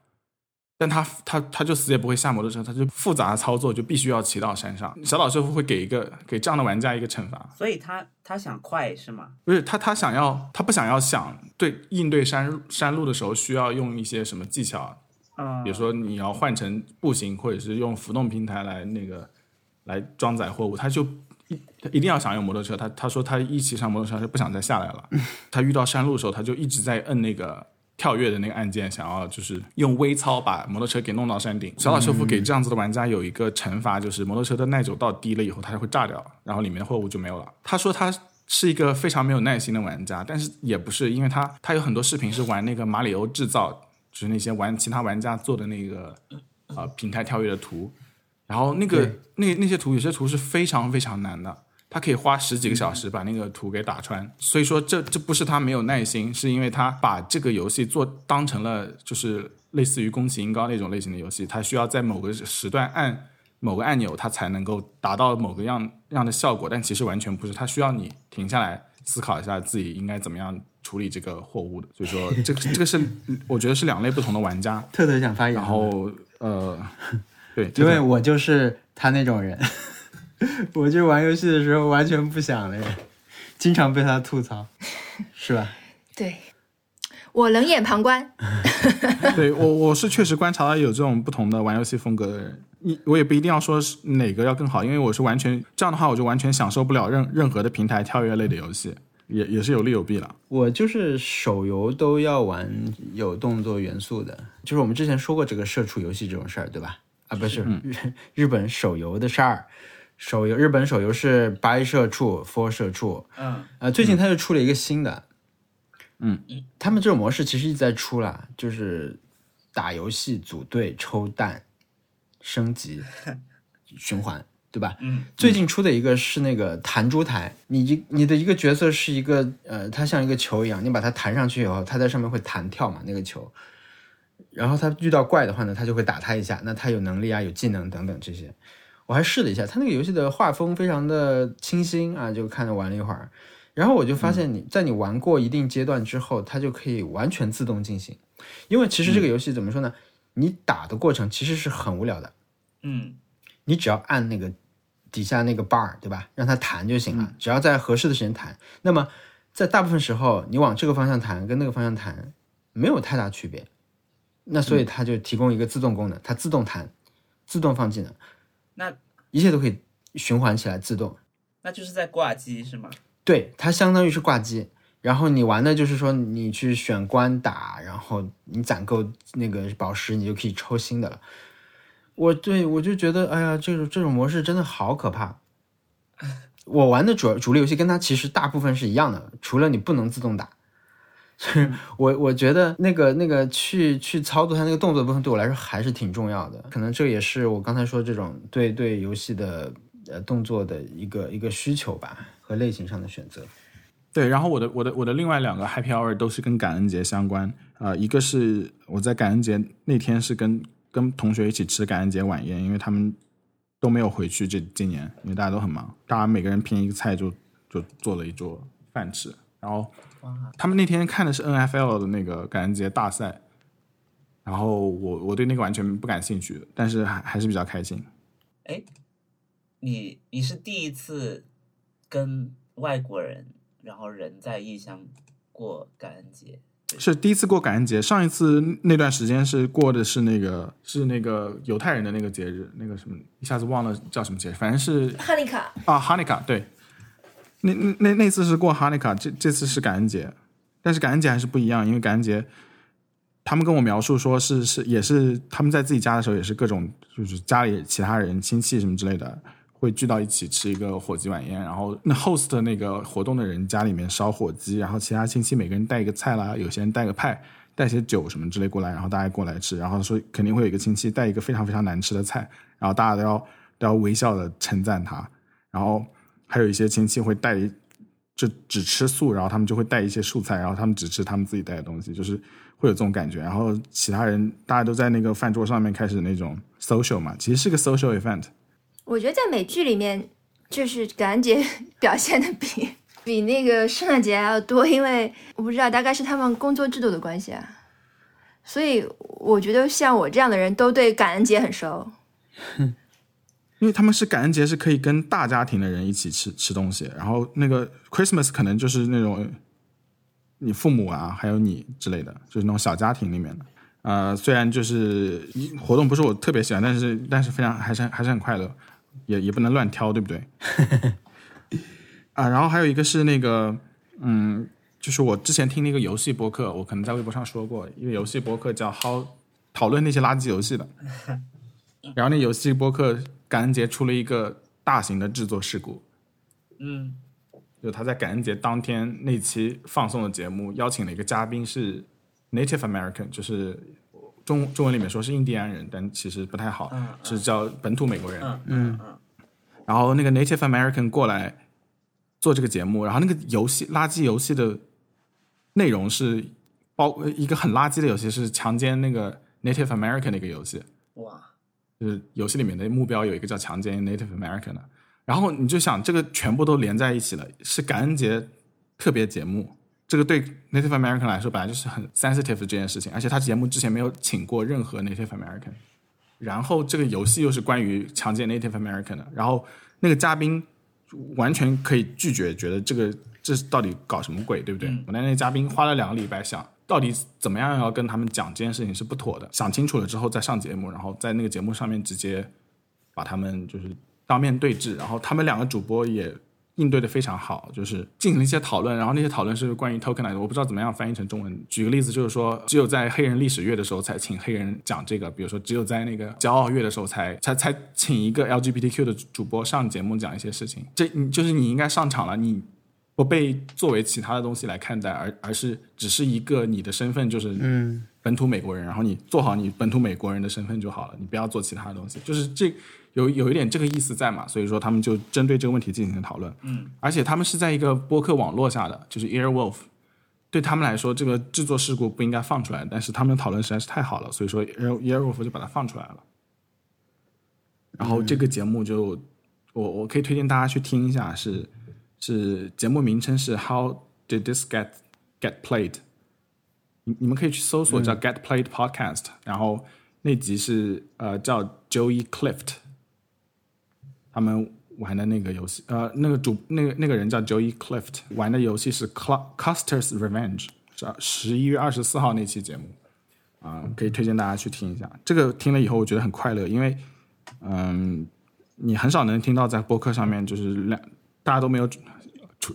但他他他就死也不会下摩托车，他就复杂的操作就必须要骑到山上。小岛秀夫会给一个给这样的玩家一个惩罚，
所以他他想快是吗？
不是他，他想要，他不想要想对应对山山路的时候需要用一些什么技巧，
啊、
比如说你要换成步行，或者是用浮动平台来那个来装载货物，他就一他一定要想用摩托车。他他说他一骑上摩托车他就不想再下来了。他遇到山路的时候，他就一直在摁那个跳跃的那个按键，想要就是用微操把摩托车给弄到山顶。小岛秀夫给这样子的玩家有一个惩罚，就是摩托车的耐久度低了以后，它会炸掉，然后里面的货物就没有了。他说他。是一个非常没有耐心的玩家，但是也不是，因为他他有很多视频是玩那个马里欧制造，就是那些玩其他玩家做的那个呃啊平台跳跃的图，然后那个那那些图有些图是非常非常难的，他可以花十几个小
嗯
时把那个图给打穿。所以说这这不是他没有耐心，是因为他把这个游戏做当成了就是类似于宫崎英高那种类型的游戏，他需要在某个时段按某个按钮，它才能够达到某个样样
*laughs*
的效果，但其实完全不是，它需要你停下来思考一下自己应该怎么样处理这个货物的。所以说，这个这个是我觉得是两类不同的玩家。
特特想发言了，
然后呃，对，
因
这
为
个
我就是他那种人， *laughs* 我就玩游戏的时候完全不想了，经常被他吐槽，是吧？
对，我冷眼旁观。
对我我是确实观察到有这种不同的玩游戏风格的人。你我也不一定要说是哪个要更好，因为我是完全这样的话，我就完全享受不了任任何的平台跳跃类的游戏，也也是有利有弊了。
*laughs* 我就是手游都要玩有动作元素的，就是我们之前说过这个社畜游戏这种事儿，对吧？啊，不是、日日本手游的事儿，手游日本手游是白社畜、佛社畜，
*laughs*
嗯，
呃，最近他又出了一个新的，嗯，他们这种模式其实一直在出啦，就是打游戏组队抽蛋、升
*laughs*
级、循环，对吧？
嗯，
最近出的一个是那个弹珠台，你一你的一个角色是一个呃，它像一个球一样，你把它弹上去以后，它在上面会弹跳嘛，那个球。然后它遇到怪的话呢，它就会打它一下。那它有能力啊，有技能等等这些。我还试了一下，它那个游戏的画风非常的清新啊，就看着玩了一会儿。然后我就发现你，在你玩过一定阶段之后，它就可以完全自动进行。因为其实这个游戏怎么说呢？你打的过程其实是很无聊的，
嗯
你只要按那个底下那个 bar，对吧？让它弹就行了，只要在合适的时间弹。那么在大部分时候，你往这个方向弹跟那个方向弹没有太大区别。那所以它就提供一个自动功能，它自动弹，自动放技能，
那
一切都可以循环起来自动。
那就是在挂机是吗？
对，它相当于是挂机。然后你玩的就是说，你去选关打，然后你攒够那个宝石，你就可以抽新的了。我对我就觉得，哎呀，这种这种模式真的好可怕。我玩的主主力游戏跟它其实大部分是一样的，除了你不能自动打。就是我我觉得那个那个去去操作它那个动作部分对我来说还是挺重要的，可能这也是我刚才说这种对对游戏的呃动作的一个一个需求吧和类型上的选择。
对，然后我的我的我的另外两个 Happy Hour 都是跟感恩节相关，啊，一个是我在感恩节那天是跟跟同学一起吃感恩节晚宴，因为他们都没有回去这今年，因为大家都很忙，大家每个人拼一个菜就就做了一桌饭吃，然后他们那天看的是 NFL 的那个感恩节大赛，然后我我对那个完全不感兴趣，但是还还是比较开心。
你你是第一次跟外国人，然后人在异乡过感恩节，
是第一次过感恩节，上一次那段时间是过的是那个是那个犹太人的那个节日，那个什么一下子忘了叫什么节日，反正是
哈尼卡，
啊哈尼卡对，那那那那次是过哈尼卡，这这次是感恩节，但是感恩节还是不一样，因为感恩节他们跟我描述说是是也是他们在自己家的时候也是各种就是家里其他人亲戚什么之类的会聚到一起吃一个火鸡晚宴，然后那 host 那个活动的人家里面烧火鸡，然后其他亲戚每个人带一个菜啦，有些人带个派。带些酒什么之类过来，然后大家过来吃，然后说肯定会有一个亲戚带一个非常非常难吃的菜，然后大家都要都要微笑的称赞他，然后还有一些亲戚会带一，就只吃素，然后他们就会带一些素菜，然后他们只吃他们自己带的东西，就是会有这种感觉。然后其他人大家都在那个饭桌上面开始那种 social 嘛，其实是个 social event。
我觉得在美剧里面，就是感恩节 *laughs* 表现的比比那个圣诞节还要多，因为我不知道，大概是他们工作制度的关系啊。所以我觉得像我这样的人都对感恩节很熟。
因为他们是感恩节是可以跟大家庭的人一起吃吃东西，然后那个 Christmas 可能就是那种你父母啊，还有你之类的，就是那种小家庭里面的。呃，虽然就是一活动不是我特别喜欢，但是但是非常还是还是很快乐，也也不能乱挑，对不对？ *laughs* 啊，然后还有一个是那个，嗯，就是我之前听那个游戏播客，我可能在微博上说过，一个游戏播客叫 How 讨论那些垃圾游戏的，然后那游戏播客感恩节出了一个大型的制作事故，
嗯，
就他在感恩节当天那期放送的节目邀请了一个嘉宾是 Native American，就是中中文里面说是印第安人，但其实不太好，是叫本土美国人。
嗯嗯嗯嗯
然后那个 Native American 过来做这个节目，然后那个游戏垃圾游戏的内容是包呃一个很垃圾的游戏是强奸那个 Native American 的一个游戏，
哇，
就是游戏里面的目标有一个叫强奸 Native American 的，然后你就想这个全部都连在一起了，是感恩节特别节目，这个对 Native American 来说本来就是很 sensitive 这件事情，而且他节目之前没有请过任何 Native American，然后这个游戏又是关于强奸 Native American 的，然后那个嘉宾完全可以拒绝，觉得这个这是到底搞什么鬼，对不对？我那那嘉宾花了两个礼拜想。到底怎么样要跟他们讲这件事情是不妥的，想清楚了之后再上节目，然后在那个节目上面直接把他们就是当面对质，然后他们两个主播也应对的非常好，就是进行了一些讨论，然后那些讨论是关于 tokenize，我不知道怎么样翻译成中文。举个例子，就是说只有在黑人历史月的时候才请黑人讲这个，比如说只有在那个骄傲月的时候才才才请一个 LGBTQ 的主播上节目讲一些事情。这你就是你应该上场了，你不被作为其他的东西来看待，而而是只是一个你的身份就是
嗯，
本土美国人，然后你做好你本土美国人的身份就好了，你不要做其他的东西。就是这有有一点这个意思在嘛，所以说他们就针对这个问题进行了讨论。
嗯，
而且他们是在一个播客网络下的，就是 Earwolf。对他们来说，这个制作事故不应该放出来，但是他们的讨论实在是太好了，所以说 Ear Earwolf 就把它放出来了。然后这个节目就、我我可以推荐大家去听一下，是是节目名称是 How Did This Get Get Played？你你们可以去搜索叫 Get Played Podcast，、然后那集是呃叫 Joey Clift，他们玩的那个游戏，呃，那个主那个那个人叫 Joey Clift，玩的游戏是 Cl- Custer's Revenge，是十一月二十四号那期节目，啊、可以推荐大家去听一下。这个听了以后，我觉得很快乐，因为嗯，你很少能听到在播客上面就是两大家都没有准出，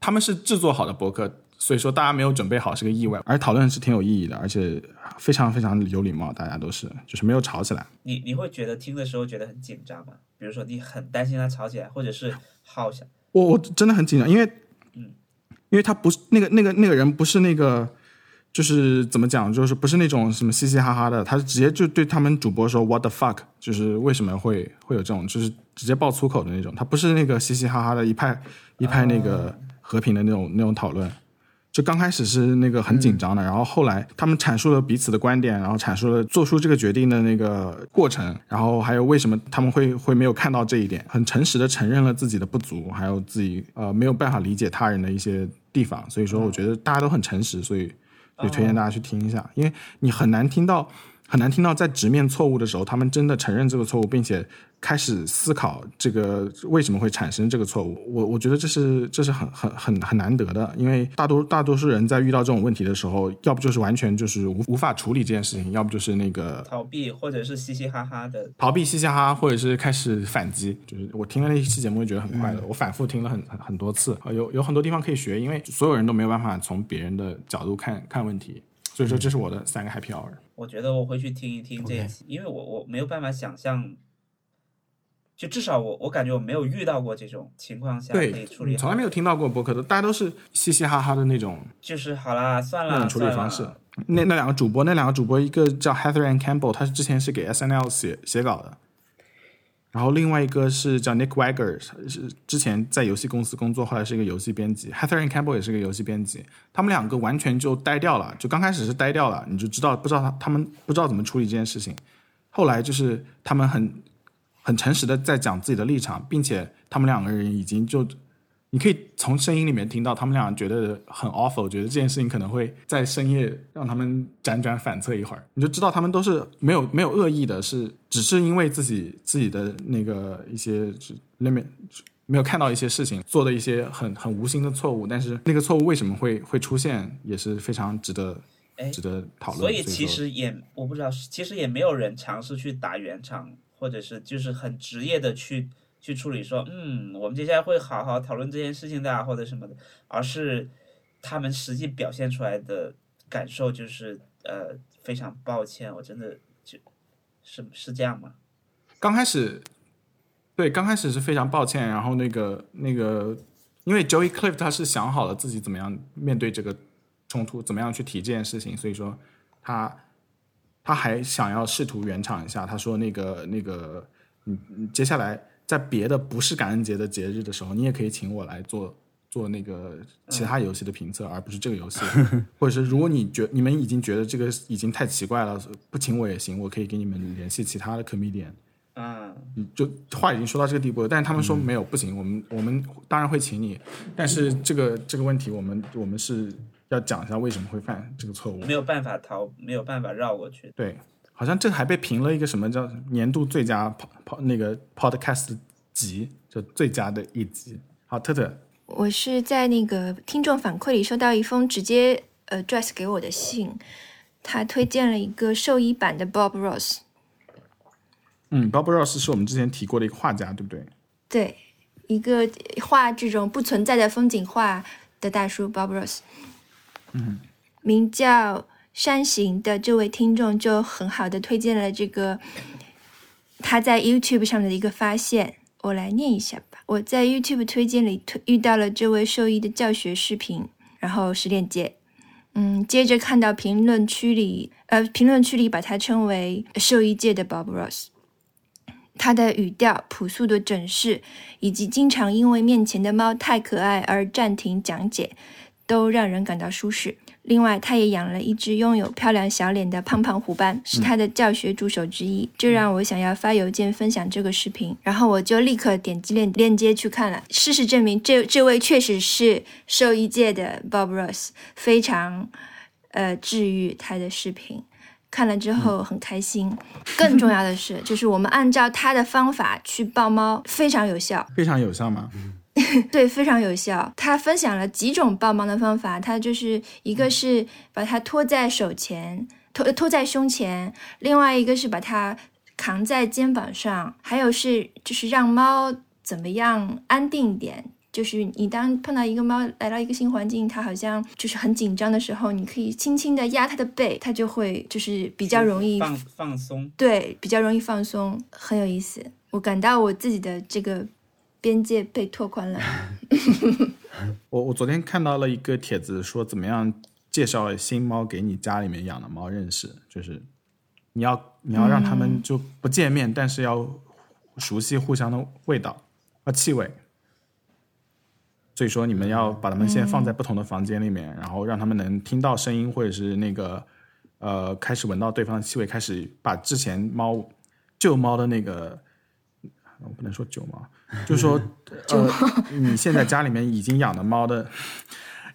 他们是制作好的播客，所以说大家没有准备好是个意外，而讨论是挺有意义的，而且非常非常有礼貌，大家都是就是没有吵起来。
你你会觉得听的时候觉得很紧张吗？比如说你很担心他吵起来，或者是好想
我我真的很紧张，因为，因为他不是那个那个那个人不是那个，就是怎么讲，就是不是那种什么嘻嘻哈哈的，他是直接就对他们主播说 “what the fuck”，就是为什么会会有这种，就是直接爆粗口的那种，他不是那个嘻嘻哈哈的一派一派那个和平的那种那种讨论。就刚开始是那个很紧张的，然后后来他们阐述了彼此的观点，然后阐述了做出这个决定的那个过程，然后还有为什么他们会会没有看到这一点，很诚实的承认了自己的不足，还有自己呃没有办法理解他人的一些地方，所以说我觉得大家都很诚实，所以所以推荐大家去听一下，因为你很难听到很难听到在直面错误的时候，他们真的承认这个错误，并且开始思考这个为什么会产生这个错误。我我觉得这是这是很很很很难得的，因为大多大多数人在遇到这种问题的时候，要不就是完全就是无无法处理这件事情，要不就是那个
逃避，或者是嘻嘻哈哈的，
逃避嘻嘻哈哈，或者是开始反击。就是我听了那一期节目，就觉得很
嗯
快乐。我反复听了很很很多次，呃有有很多地方可以学，因为所有人都没有办法从别人的角度看看问题。所以说，这是我的三个 happy hour。
我觉得我会去听一听这一期因为我我没有办法想象，就至少我我感觉我没有遇到过这种情况下可以
对
处，理
你
好，
从来没有听到过博客的，大家都是嘻嘻哈哈的那种
就是好啦，算
那
啦，
种处理
算
方
啦
式。那那两个主播，那两个主播，一个叫 Heather and Campbell，他是之前是给 SNL 写写稿的，然后另外一个是叫 Nick Wagger，是之前在游戏公司工作，后来是一个游戏编辑。Heather and Campbell 也是个游戏编辑，他们两个完全就呆掉了，就刚开始是呆掉了，你就知道不知道他他们不知道怎么处理这件事情，后来就是他们很很诚实的在讲自己的立场，并且他们两个人已经就你可以从声音里面听到他们俩觉得很 awful，觉得这件事情可能会在深夜让他们辗转反侧一会儿，你就知道他们都是没有没有恶意的，是只是因为自己自己的那个一些是 limit 没有看到一些事情，做的一些很很无心的错误，但是那个错误为什么会会出现，也是非常值得
哎
值得讨论。
所以
以
其
说
实也我不知道，其实也没有人尝试去打圆场，或者是就是很职业的去去处理说，嗯，我们接下来会好好讨论这件事情的、啊，或者什么的，而是他们实际表现出来的感受就是，呃，非常抱歉，我真的就是是这样吗？
刚开始，对，刚开始是非常抱歉。然后那个那个，因为 Joey Cliff 他是想好了自己怎么样面对这个冲突，怎么样去提这件事情，所以说他他还想要试图圆场一下。他说那个那个，嗯，嗯接下来在别的不是感恩节的节日的时候，你也可以请我来做做那个其他游戏的评测，而不是这个游戏。或者是如果你觉你们已经觉得这个已经太奇怪了，不请我也行，我可以给你们联系其他的 comedian。
嗯，
就话已经说到这个地步了，但是他们说没有、不行，我们我们当然会请你，但是这个这个问题我们我们是要讲一下为什么会犯这个错误
没。有办法逃，没有办法绕过去。
对，好像这个还被评了一个什么叫年度最佳 po, po, 那个 podcast 集，就最佳的一集。好，特特，
我是在那个听众反馈里收到一封直接呃 Dress 给我的信，他推荐了一个兽医版的 Bob Ross，
嗯，Bob Ross 是我们之前提过的一个画家，对不对？
对，一个画这种不存在的风景画的大叔 Bob Ross，嗯，名叫山行的这位听众就很好的推荐了这个他在 YouTube 上的一个发现，我来念一下吧。我在 YouTube 推荐里推遇到了这位兽医的教学视频，然后是链接。嗯，接着看到评论区里，呃，评论区里把他称为兽医界的 Bob Ross。他的语调、朴素的整饰，以及经常因为面前的猫太可爱而暂停讲解，都让人感到舒适。另外，他也养了一只拥有漂亮小脸的胖胖虎斑，是他的教学助手之一。这让我想要发邮件分享这个视频，然后我就立刻点击链链接去看了。事实证明，这这位确实是兽医界的 Bob Ross，非常呃治愈他的视频。看了之后很开心，更重要的是，就是我们按照他的方法去抱猫，非常有效。 *laughs*
非常有效吗？
对，非常有效。他分享了几种抱猫的方法，他就是一个是把它托在手前，托托在胸前；另外一个是把它扛在肩膀上，还有是就是让猫怎么样安定一点。就是你当碰到一个猫来到一个新环境，它好像就是很紧张的时候，你可以轻轻的压它的背，它就会就是比
比
较容易
放放松，
对，比较容易放松，很有意思。我感到我自己的这个边界被拓
*laughs*
宽了。
我我昨天看到了一个帖子，说怎么样介绍新猫给你家里面养的猫认识，就是你要你要让它们就不见面，但是要熟悉互相的味道啊气味。所以说你们要把它们先放在不同的房间里面，然后让它们能听到声音，或者是那个呃开始闻到对方的气味，开始把之前猫旧猫的那个。我不能说旧猫，就是说，呃， *laughs* 你现在家里面已经养的猫的，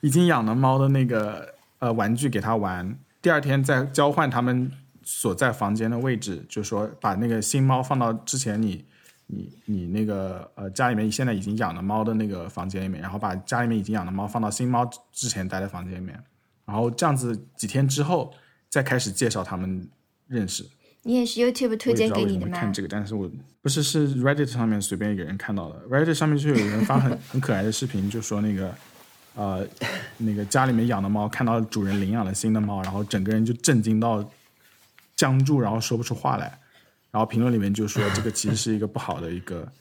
已经养了猫的那个呃玩具给它玩，第二天再交换它们所在房间的位置，就是说把那个新猫放到之前你你你那个呃家里面现在已经养的猫的那个房间里面，然后把家里面已经养的猫放到新猫之之前待的房间里面，然后这样子几天之后再开始介绍它们认识。
你也是 YouTube 推荐给你
我也
的
不知道为什么会
吗
看？这个，但是我不是是 Reddit 上面随便一个人看到的。Reddit 上面就有人发
*laughs*
很很可爱的视频，就说那个呃那个家里面养的猫看到主人领养了新的猫，然后整个人就震惊到僵住，然后说不出话来。然后评论里面就说这个其实是一个不好的一个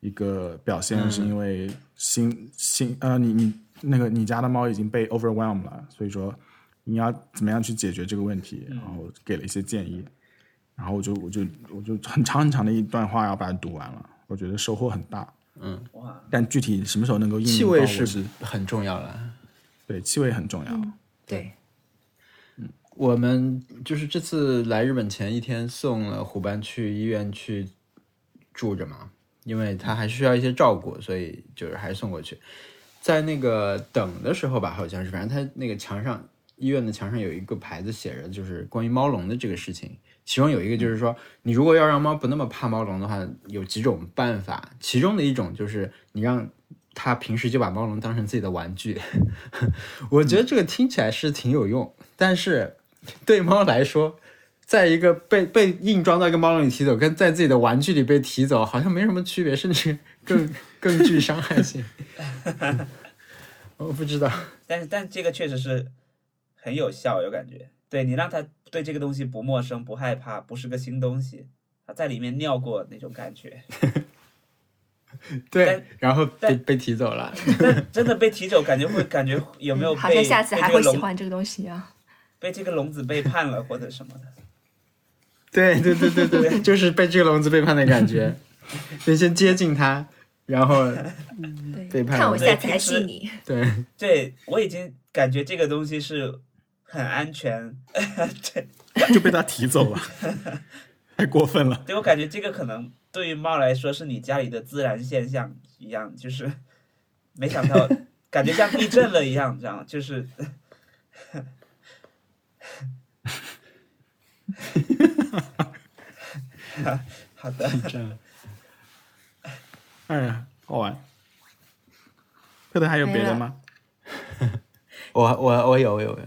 一个表现，是
嗯
因为新新呃你你那个你家的猫已经被 overwhelm 了，所以说你要怎么样去解决这个问题，
嗯
然后给了一些建议。然后我就我就我就很长很长的一段话要把它读完了，我觉得收获很大。
哇，
但具体什么时候能够应用
气
到，
味
我
是很重要了。
对气味很重要。
嗯对，
我们就是这次来日本前一天送了虎斑去医院去住着嘛，因为他还需要一些照顾，所以就是还送过去。在那个等的时候吧，好像是，反正他那个墙上医院的墙上有一个牌子写着，就是关于猫笼的这个事情。其中有一个就是说，你如果要让猫不那么怕猫笼的话，有几种办法，其中的一种就是你让它平时就把猫笼当成自己的玩具。我觉得这个听起来是挺有用，但是对猫来说，在一个被被硬装到一个猫笼里提走，跟在自己的玩具里被提走好像没什么区别，甚至更 *laughs* 更具伤害性。我不知道，
但是但这个确实是很有效，有感觉。对你让他对这个东西不陌生、不害怕，不是个新东西，他在里面尿过那种感觉。 *laughs*
对
但，
然后被
但
被提走了，
但真的被提走，感觉会感觉有没有被
*laughs* 嗯好像下次还
被
会
这个
喜
笼
欢这个东西啊。
被这个笼子背叛
*laughs*
了或者什么的。
对对对对对，就是被这个笼子背叛的感觉。得先接近他，然后背
嗯
对，
叛
看我
了
下次
对
还
平时
信你。
对
对我已经感觉这个东西是很安全，对，
就被他提走了，太过分了。
对我感觉这个可能对于猫来说是你家里的自然现象一样，就是没
*laughs*
想到，感觉像地震了一样，你知道吗？就是 *laughs* 好的，
这样
哎呀，好玩。特特还有别的吗？
我我我有我有我有，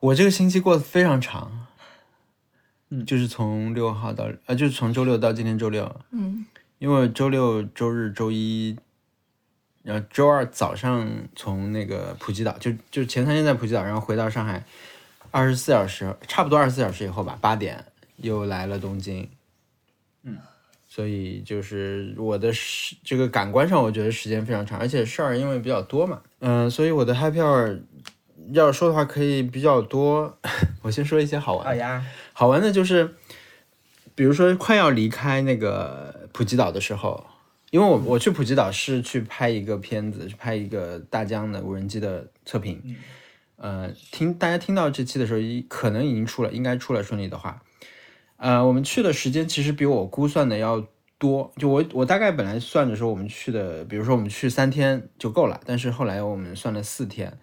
我这个星期过得非常长，嗯，就是从六号到呃，就是从周六到今天周六，
嗯，
因为周六、周日、周一，然后周二早上从那个普吉岛，就就前三天在普吉岛，然后回到上海，二十四小时，差不多二十四小时以后吧，八点又来了东京。嗯，嗯所以就是我的时这个感官上，我觉得时间非常长，而且事儿因为比较多嘛，嗯、所以我的 happy hour 要说的话可以比较多。 *laughs* 我先说一些好玩的
好。呀，
好玩的就是，比如说快要离开那个普吉岛的时候，因为我我去普吉岛是去拍一个片子，去拍一个大疆的无人机的测评。呃，听大家听到这期的时候，一可能已经出了，应该出了顺利的话。呃，我们去的时间其实比我估算的要多，就我我大概本来算着说我们去的，比如说我们去三天就够了，但是后来我们算了四天，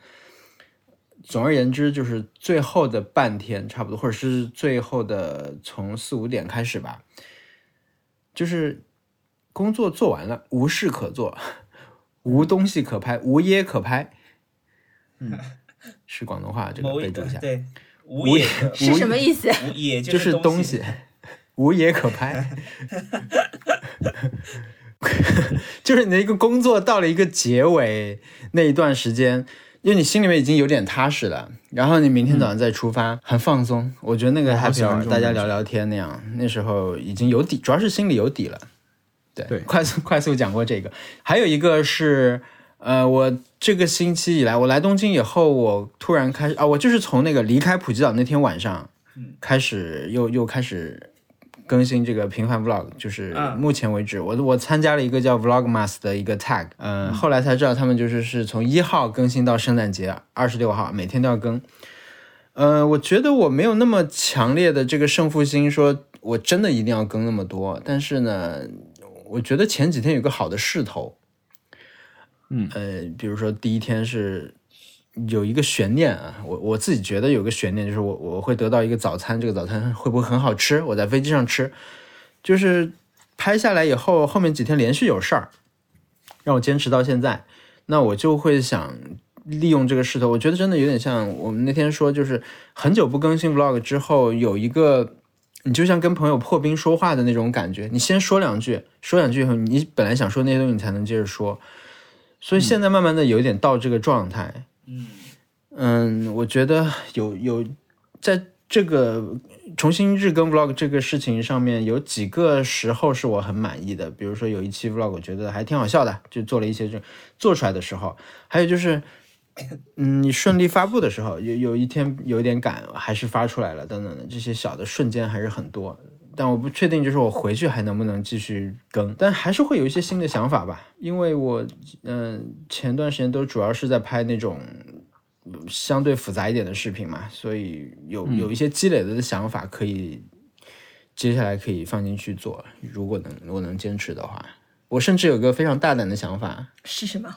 总而言之，就是最后的半天差不多，或者是最后的从四五点开始吧，就是工作做完了，无事可做，无东西可拍，无耶可拍。
*laughs*
嗯，是广东话，这个
某一
备注
个
一下。
对无
无
野的
是什么意
*laughs*
思？
无
*laughs*
野
就是东
西，，
无也可 *laughs* 拍。就是你的一个工作到了一个结尾那一段时间，因为你心里面已经有点踏实了，然后你明天早上再出发，很放松。我觉得那个
好
happy
喜欢
hour
这种
大家
感
聊
觉
聊天那样，那时候已经有底，主要是心里有底了。对，
对
快速快速讲过这个，还有一个是。呃，我这个星期以来，我来东京以后，我突然开始啊，我就是从那个离开普吉岛那天晚上，开始又又开始更新这个平凡 vlog，就是
嗯
目前为止，我我参加了一个叫 Vlogmas 的一个 tag，、嗯，后来才知道他们就是是从一号更新到圣诞节二十六号，每天都要更。呃，我觉得我没有那么强烈的这个胜负心，说我真的一定要更那么多，但是呢，我觉得前几天有个好的势头，
嗯，
呃，比如说第一天是有一个悬念啊，我我自己觉得有个悬念，就是我我会得到一个早餐，这个早餐会不会很好吃？我在飞机上吃，就是拍下来以后，后面几天连续有事儿，让我坚持到现在，那我就会想利用这个势头，我觉得真的有点像我们那天说，就是很久不更新 vlog 之后，有一个你就像跟朋友破冰说话的那种感觉，你先说两句，说两句以后，你本来想说那些东西，你才能接着说。所以现在慢慢的有一点到这个状态，
嗯，
嗯，我觉得有有在这个重新日更 vlog 这个事情上面，有几个时候是我很满意的。比如说有一期 vlog，我觉得还挺好笑的，就做了一些这种做出来的时候，还有就是，嗯，你顺利发布的时候，有有一天有一点赶，还是发出来了，等等的这些小的瞬间还是很多。但我不确定，就是我回去还能不能继续更，但还是会有一些新的想法吧。因为我，嗯、前段时间都主要是在拍那种相对复杂一点的视频嘛，所以有有一些积累的想法可以，接下来可以放进去做。如果能我能坚持的话，我甚至有个非常大胆的想法，
是什么？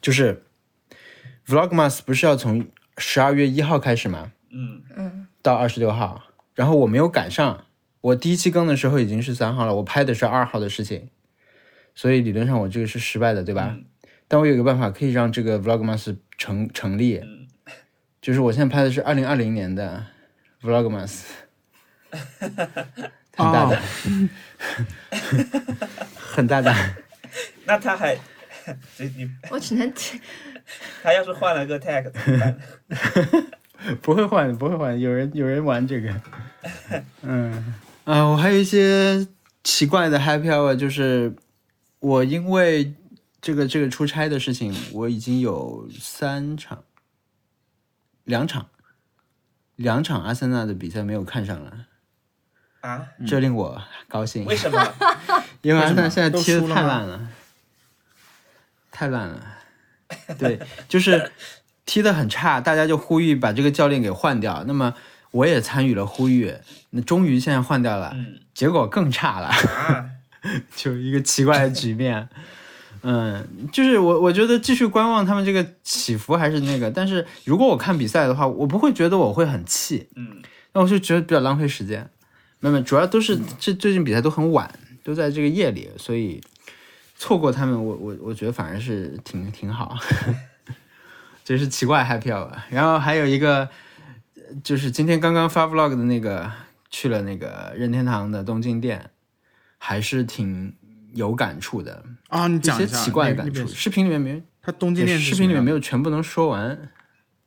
就是 Vlogmas 不是要从十二月一号开始吗？
嗯，
到二十六号，然后我没有赶上，我第一期更的时候已经是三号了，我拍的是二号的事情，所以理论上我这个是失败的，对吧？
嗯
但我有一个办法可以让这个 Vlogmas 成成立，就是我现在拍的是二零二零年的 Vlogmas，很大
哦
胆，很大胆，
那他还这你
我只能
他要是换了个 tag 怎么
*laughs*
办？
不会换，不会换，有人有人玩这个，嗯啊，我还有一些奇怪的 happy hour，就是我因为这个这个出差的事情，我已经有三场，两场，两场阿森纳的比赛没有看上了，
啊？
这令我高兴，
为
*laughs*
什么？
因为阿森纳
为什么
现在踢的
都输了
太
吗
烂了，太烂了。对，就是踢得很差，大家就呼吁把这个教练给换掉。那么我也参与了呼吁，那终于现在换掉了，
嗯
结果更差了。
啊，
*laughs* 就一个奇怪的局面。嗯，就是我我觉得继续观望他们这个起伏还是那个，但是如果我看比赛的话，我不会觉得我会很气，
嗯
那我就觉得比较浪费时间。没有没有，主要都
嗯
是这最近比赛都很晚，都在这个夜里，所以错过他们，我我我觉得反而是挺挺好， *laughs* 这是奇怪 happy hour。然后还有一个呃就是今天刚刚发 vlog 的那个去了那个任天堂的东京店，还是挺有感触的，
啊，你
一
讲
些
下
奇怪的
那
感
那
触。
边是
视频里面没
它东京
对
店是
视频里面没
有
有全部能说完。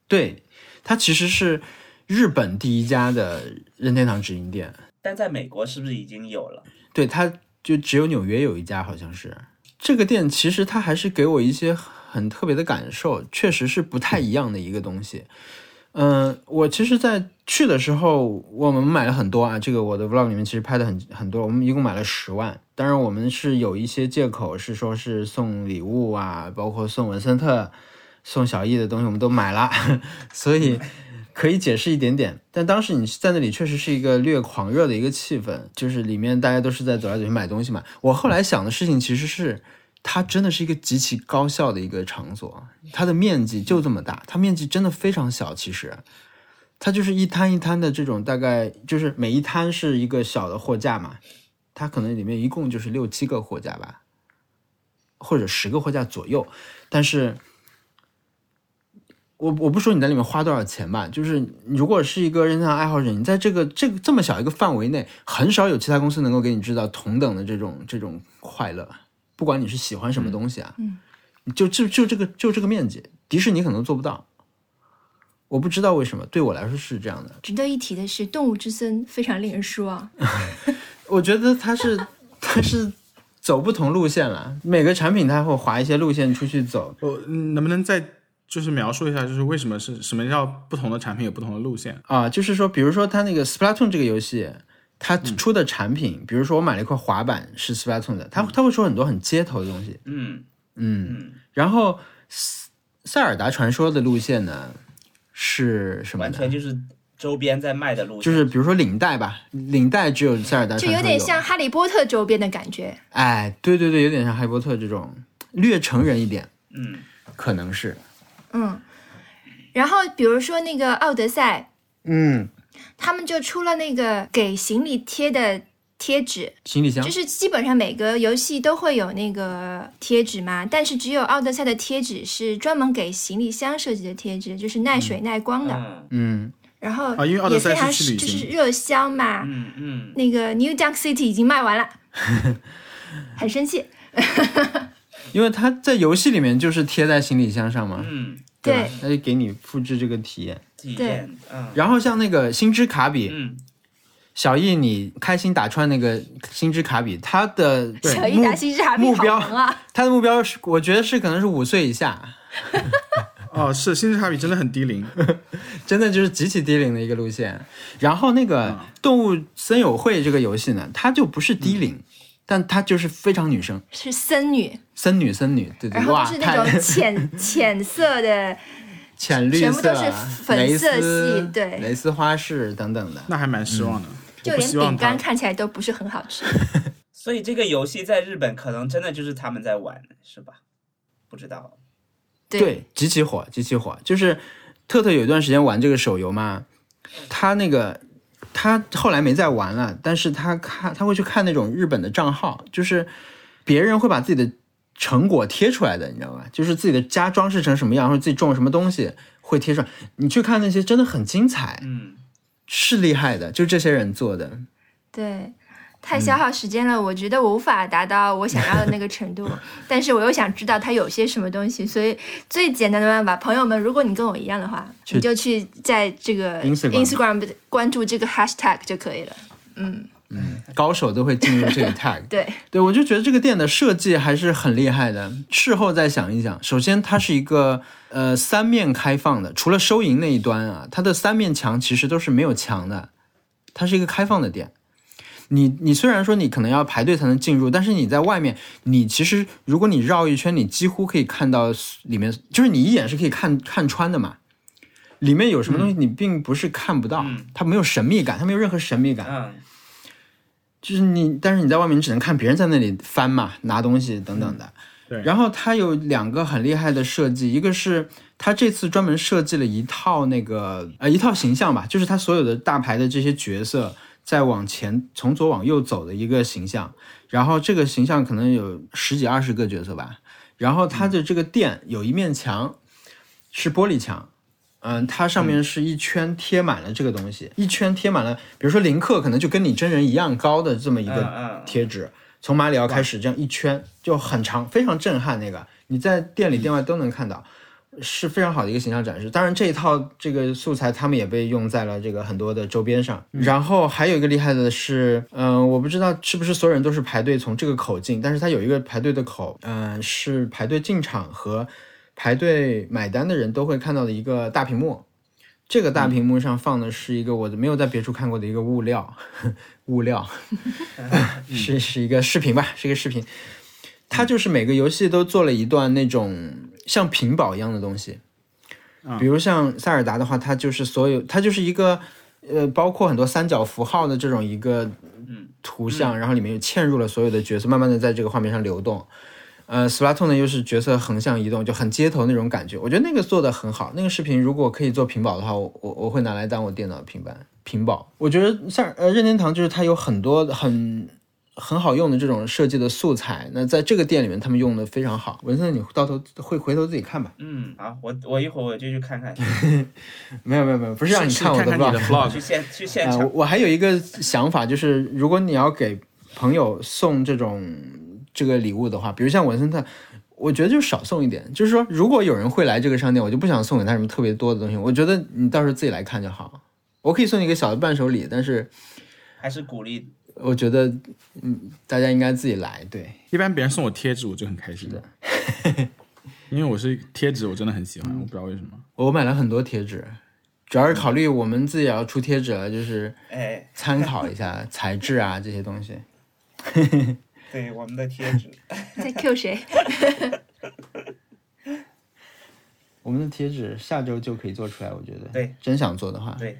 对，它其实是日本第一家的任天堂直营店，
但在美国是不是已经有了？
对，它就只有纽约有一家，好像是。这个店其实它还是给我一些很特别的感受，确实是不太一样的一个东西。嗯、我其实，在去的时候，我们买了很多啊，这个我的 vlog 里面其实拍的很很多，我们一共买了十万。当然，我们是有一些借口是说是送礼物啊，包括送文森特、送小易的东西，我们都买了， *laughs* 所以可以解释一点点，但当时你在那里确实是一个略狂热的一个气氛，就是里面大家都是在走来走去买东西嘛。我后来想的事情其实是，它真的是一个极其高效的一个场所，它的面积就这么大，它面积真的非常小，其实。它就是一摊一摊的这种，大概就是每一摊是一个小的货架嘛，它可能里面一共就是六七个货架吧，或者十个货架左右，但是我我不说你在里面花多少钱吧，就是你如果是一个任天堂爱好者，你在这个这个这么小一个范围内，很少有其他公司能够给你制造同等的这种这种快乐，不管你是喜欢什么东西啊，
嗯
就就就这个就这个面积，迪士尼可能做不到，我不知道为什么，对我来说是这样的，
值得一提的是，《动物之森》非常令人失望。
我觉得它是它是走不同路线了，每个产品它会划一些路线出去走，
我哦嗯能不能再就是描述一下，就是为什么是什么叫不同的产品有不同的路线？
啊，就是说，比如说它那个 Splatoon 这个游戏，它
嗯
出的产品，比如说我买了一块滑板是 Splatoon 的，它它会说很多很街头的东西，
嗯
嗯，
嗯，
然后塞塞尔达传说的路线呢是什么
完
呢
全？就是周边在卖的路
就
线，
是比如说领带吧，领带只有塞尔达传
就
说
有点像《哈利波特》周边的感觉。
哎，对对对，有点像哈利波特这种略成人一点，
嗯
可能是，
嗯，然后比如说那个《奥德赛
嗯，》，
他们就出了那个给行李贴的贴纸，
行李箱
就，是基本上每个游戏都会有那个贴纸嘛，但是只有《奥德赛》的贴纸是专门给行李箱设计的贴纸，就是耐水耐光的，
嗯
嗯，
然后
啊因为奥德
也
赛
非常
是去旅
就
行
是热销嘛。
嗯嗯，
那个 New Dunk City 已经卖
*laughs*
完了，很生气。
因为它在游戏里面就是贴在行李箱上嘛，
嗯，
对吧
对，
那就给你复制这个体验。
体验，嗯
然后像那个星之卡比，
嗯，
小易你开心打穿那个星之卡比，他的
小一
目
达西之哈比
目
好
标
萌啊！
他的目标是，我觉得是可能是五岁以下，
哦，是星之卡比真的很低龄，
真的就是极其低龄的一个路线。然后那个动物森友会这个游戏呢，它就不是低龄，但它就是非常女生，
是森女，
森女森女，对对，
然后
哇，
就是那种
太
浅浅色
*laughs*
的，
*laughs* 浅绿色，
全部都是粉色
蕾丝
系对
蕾丝花式等等的。
那还蛮失望的。
就
我不
连
希望
饼干
它
看起来都不是很好吃。
所以这个游戏在日本可能真的就是他们在玩，是吧？不知道，
对，极其火，极其火。就是特特有一段时间玩这个手游嘛，他那个他后来没再玩了，但是他看他会去看那种日本的账号，就是别人会把自己的成果贴出来的，你知道吧？就是自己的家装饰成什么样，或者自己种了什么东西会贴出来。你去看那些真的很精彩，
嗯
是厉害的，就这些人做的。
对，太
嗯
消耗时间了，我觉得我无法达到我想要的那个
*laughs*
程度，但是我又想知道它有些什么东西，所以最简单的办法，朋友们，如果你跟我一样的话，
去
你就去在这个
Instagram
关注这个 hashtag 就可以了。嗯，
高手都会进入这个 *laughs* tag，
对，
对，我就觉得这个店的设计还是很厉害的。事后再想一想，首先它是一个呃三面开放的，除了收银那一端啊，它的三面墙其实都是没有墙的，它是一个开放的店。你你虽然说你可能要排队才能进入，但是你在外面，你其实如果你绕一圈，你几乎可以看到里面，就是你一眼是可以看看穿的嘛。里面有什么东西你并不是看不到，
嗯
它没有神秘感，它没有任何神秘感。
嗯，
就是你，但是你在外面你只能看别人在那里翻嘛，拿东西等等的。
对
然后它有两个很厉害的设计，一个是它这次专门设计了一套那个呃一套形象吧，就是它所有的大牌的这些角色在往前从左往右走的一个形象。然后这个形象可能有十几二十个角色吧。然后它的这个店有一面墙是玻璃墙，嗯，它上面是一圈贴满了这个东西，一圈贴满了，比如说林克可能就跟你真人一样高的这么一
嗯
个
嗯，
贴纸，从马里奥开始这样一圈就很长，非常震撼。那个你在店里店外都能看到，是非常好的一个形象展示。当然这一套这个素材他们也被用在了这个很多的周边上。然后还有一个厉害的是，嗯、我不知道是不是所有人都是排队从这个口进，但是它有一个排队的口，嗯、是排队进场和排队买单的人都会看到的一个大屏幕。这个大屏幕上放的是一个我没有在别处看过的一个物料， *laughs* 物料是是一个视频吧，是一个视频。它就是每个游戏都做了一段那种像屏保一样的东西，比如像塞尔达的话，它就是所有它就是一个呃，包括很多三角符号的这种一个图像，然后里面又嵌入了所有的角色，慢慢的在这个画面上流动。呃，Splatoon 呢又是角色横向移动，就很街头那种感觉。我觉得那个做的很好。那个视频如果可以做屏保的话，我我我会拿来当我电脑平板屏保。我觉得像呃任天堂就是它有很多很很好用的这种设计的素材。那在这个店里面，他们用的非常好。文森，你到头会回头自己看吧。
嗯，好，我我一会儿我就去看看，
没有没有没有，不是让你
是
看我
看
的
看你的
vlog。
vlog，
去现去现
呃
场，
我还有一个想法，就是如果你要给朋友送这种这个礼物的话，比如像文森特，我觉得就少送一点。就是说，如果有人会来这个商店，我就不想送给他什么特别多的东西。我觉得你到时候自己来看就好。我可以送你一个小的伴手礼，但是
还是鼓励
我觉得，嗯，大家应该自己来。对，
一般别人送我贴纸，我就很开心的， *laughs* 因为我是贴纸，我真的很喜欢，我不知道为什么。
我买了很多贴纸，主要是考虑我们自己也要出贴纸了，就是
哎，
参考一
*laughs*
下材质啊这些东西。
对我们的贴纸，
在 Q 谁？ *laughs*
我们的贴纸下周就可以做出来，我觉得。
对，
真想做的话，
对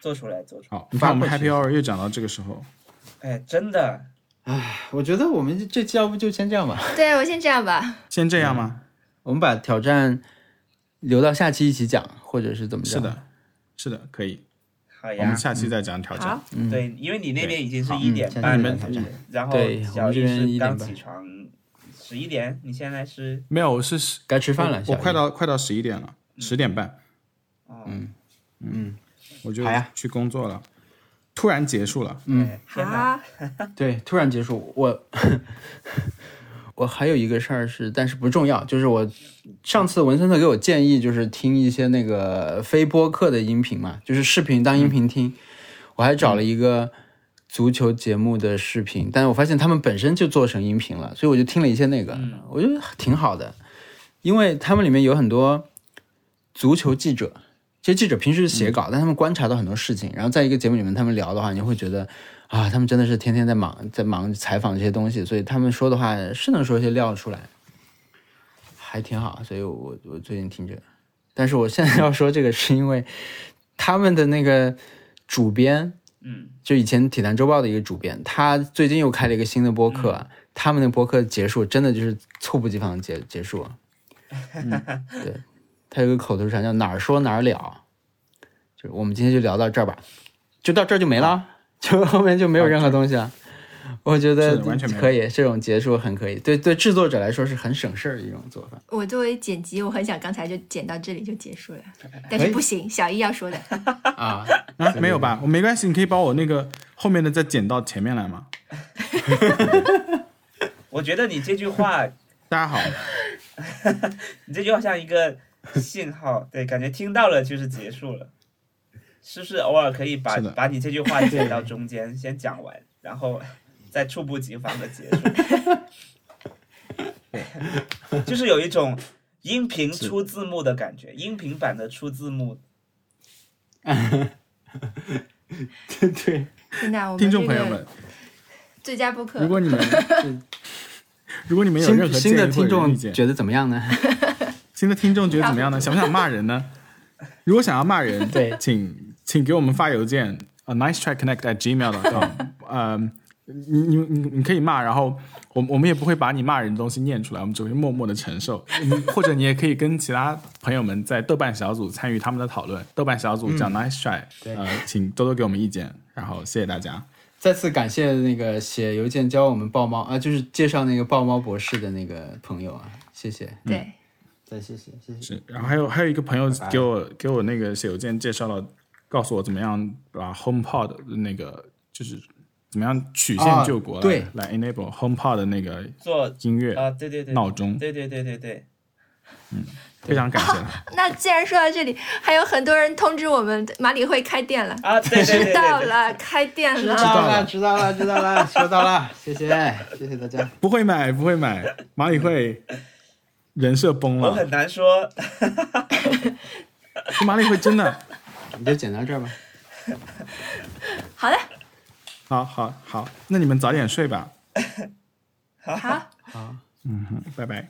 做出来做出来，
好，你看我们
发过去
Happy Hour 又讲到这个时候，
哎，真的，
我觉得我们这期要不就先这样吧，
对我先这样吧。
先这样吗？
我们把挑战留到下期一起讲，或者是怎么着？
是，的，是的，可以。
好
我们
呀，
下期再讲挑战
嗯好。，
对，因为你那边已经是
对好
一点
下期
半
你
再
们
挑战。
然后
对我
小
们这
易
边
是
1
刚
点半
起床，十一点，你现在是
没有，是十
该吃饭了，
我
小
我快
易
到快到十一点了，十点半，
哦，
嗯
我就
好呀
去工作了。突然结束了，
嗯，天哪，
好，
对，突然结束，我 *laughs* 我还有一个事儿是，但是不重要，就是我上次文森特给我建议，就是听一些那个非播客的音频嘛，就是视频当音频听。我还找了一个足球节目的视频，但是我发现他们本身就做成音频了，所以我就听了一些那个，我觉得挺好的，因为他们里面有很多足球记者。这些记者平时是写稿，但他们观察到很多事情，然后在一个节目里面他们聊的话，你会觉得啊，他们真的是天天在忙，在忙采访这些东西，所以他们说的话是能说一些料出来，还挺好。所以我我最近听着，但是我现在要说这个是因为他们的那个主编，
嗯，
就以前《体坛周报》的一个主编，他最近又开了一个新的播客，
嗯
他们的播客结束真的就是猝不及防结结
*laughs*
束。嗯、对，他有个口头禅叫“哪儿说哪儿了”，就是我们今天就聊到这儿吧，就到这儿就没了，就后面就没有任何东西了。我觉得
是啊完全没有
可以，这种结束很可以，对对，制作者来说是很省事儿的一种做法。
我作为剪辑，我很想刚才就剪到这里就结束了，
哎
但是不行，小易要说的。
*laughs* 啊，
啊，没有吧？我没关系，你可以把我那个后面的再剪到前面来嘛。
我觉得你这句话，
大家好，
你这句话像一个信号，对，感觉听到了就是结束了，是不是？偶尔可以把
是的
把你这句话剪到中间，先讲完，然后再猝不及防的结
*laughs*
束，就是有一种音频出字幕的感觉，音频版的出字幕，
对对，
真的，我们
听众朋
这个
友们，
最佳播客。
如果你们 *laughs* 如果你们有任
新
何
新的
建议
听
或者
众
意见
觉得怎么样呢？
新的听众觉得怎么
*laughs*
样呢？想不想骂人呢？如果想要骂人，
对
请请给我们发邮件啊，nice try connect at
*laughs*
gmail com。呃，你你你你可以骂，然后我们我们也不会把你骂人的东西念出来，我们只会默默的承受。
*laughs*
嗯或者你也可以跟其他朋友们在豆瓣小组参与他们的讨论，豆瓣小组叫 nice try、
嗯对
呃，请多多给我们意见，然后谢谢大家。
再次感谢那个写邮件教我们豹猫啊，就是介绍那个豹猫博士的那个朋友啊，谢谢，
嗯
对，
再谢谢，谢谢。
是，然后还有还有一个朋友给我给我那个写邮件介绍了，告诉我怎么样把 HomePod 的那个就是怎么样曲线
哦
啊
救国来、
对
来 enable HomePod 的那个
做
音乐、
啊，对对对，
闹钟，
对对对对对，
非常感谢
*laughs*
他。
那既然说到这里，还有很多人通知我们马里会开店了，
啊，对对对对
知道
对，
了，开店
知
了。
道了，知道了，知道了，收到了， *laughs* 谢谢，谢谢大家。
不会买，不会买，马里会人设崩
我
了
很，难说，
马里会真的，
你就剪到这儿吧。
好的，
好好好，那你们早点睡吧，
好，
好，
嗯哼，拜拜。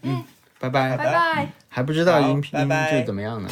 拜拜。
拜拜。
还不知道
好
音频
拜拜
是怎么样呢？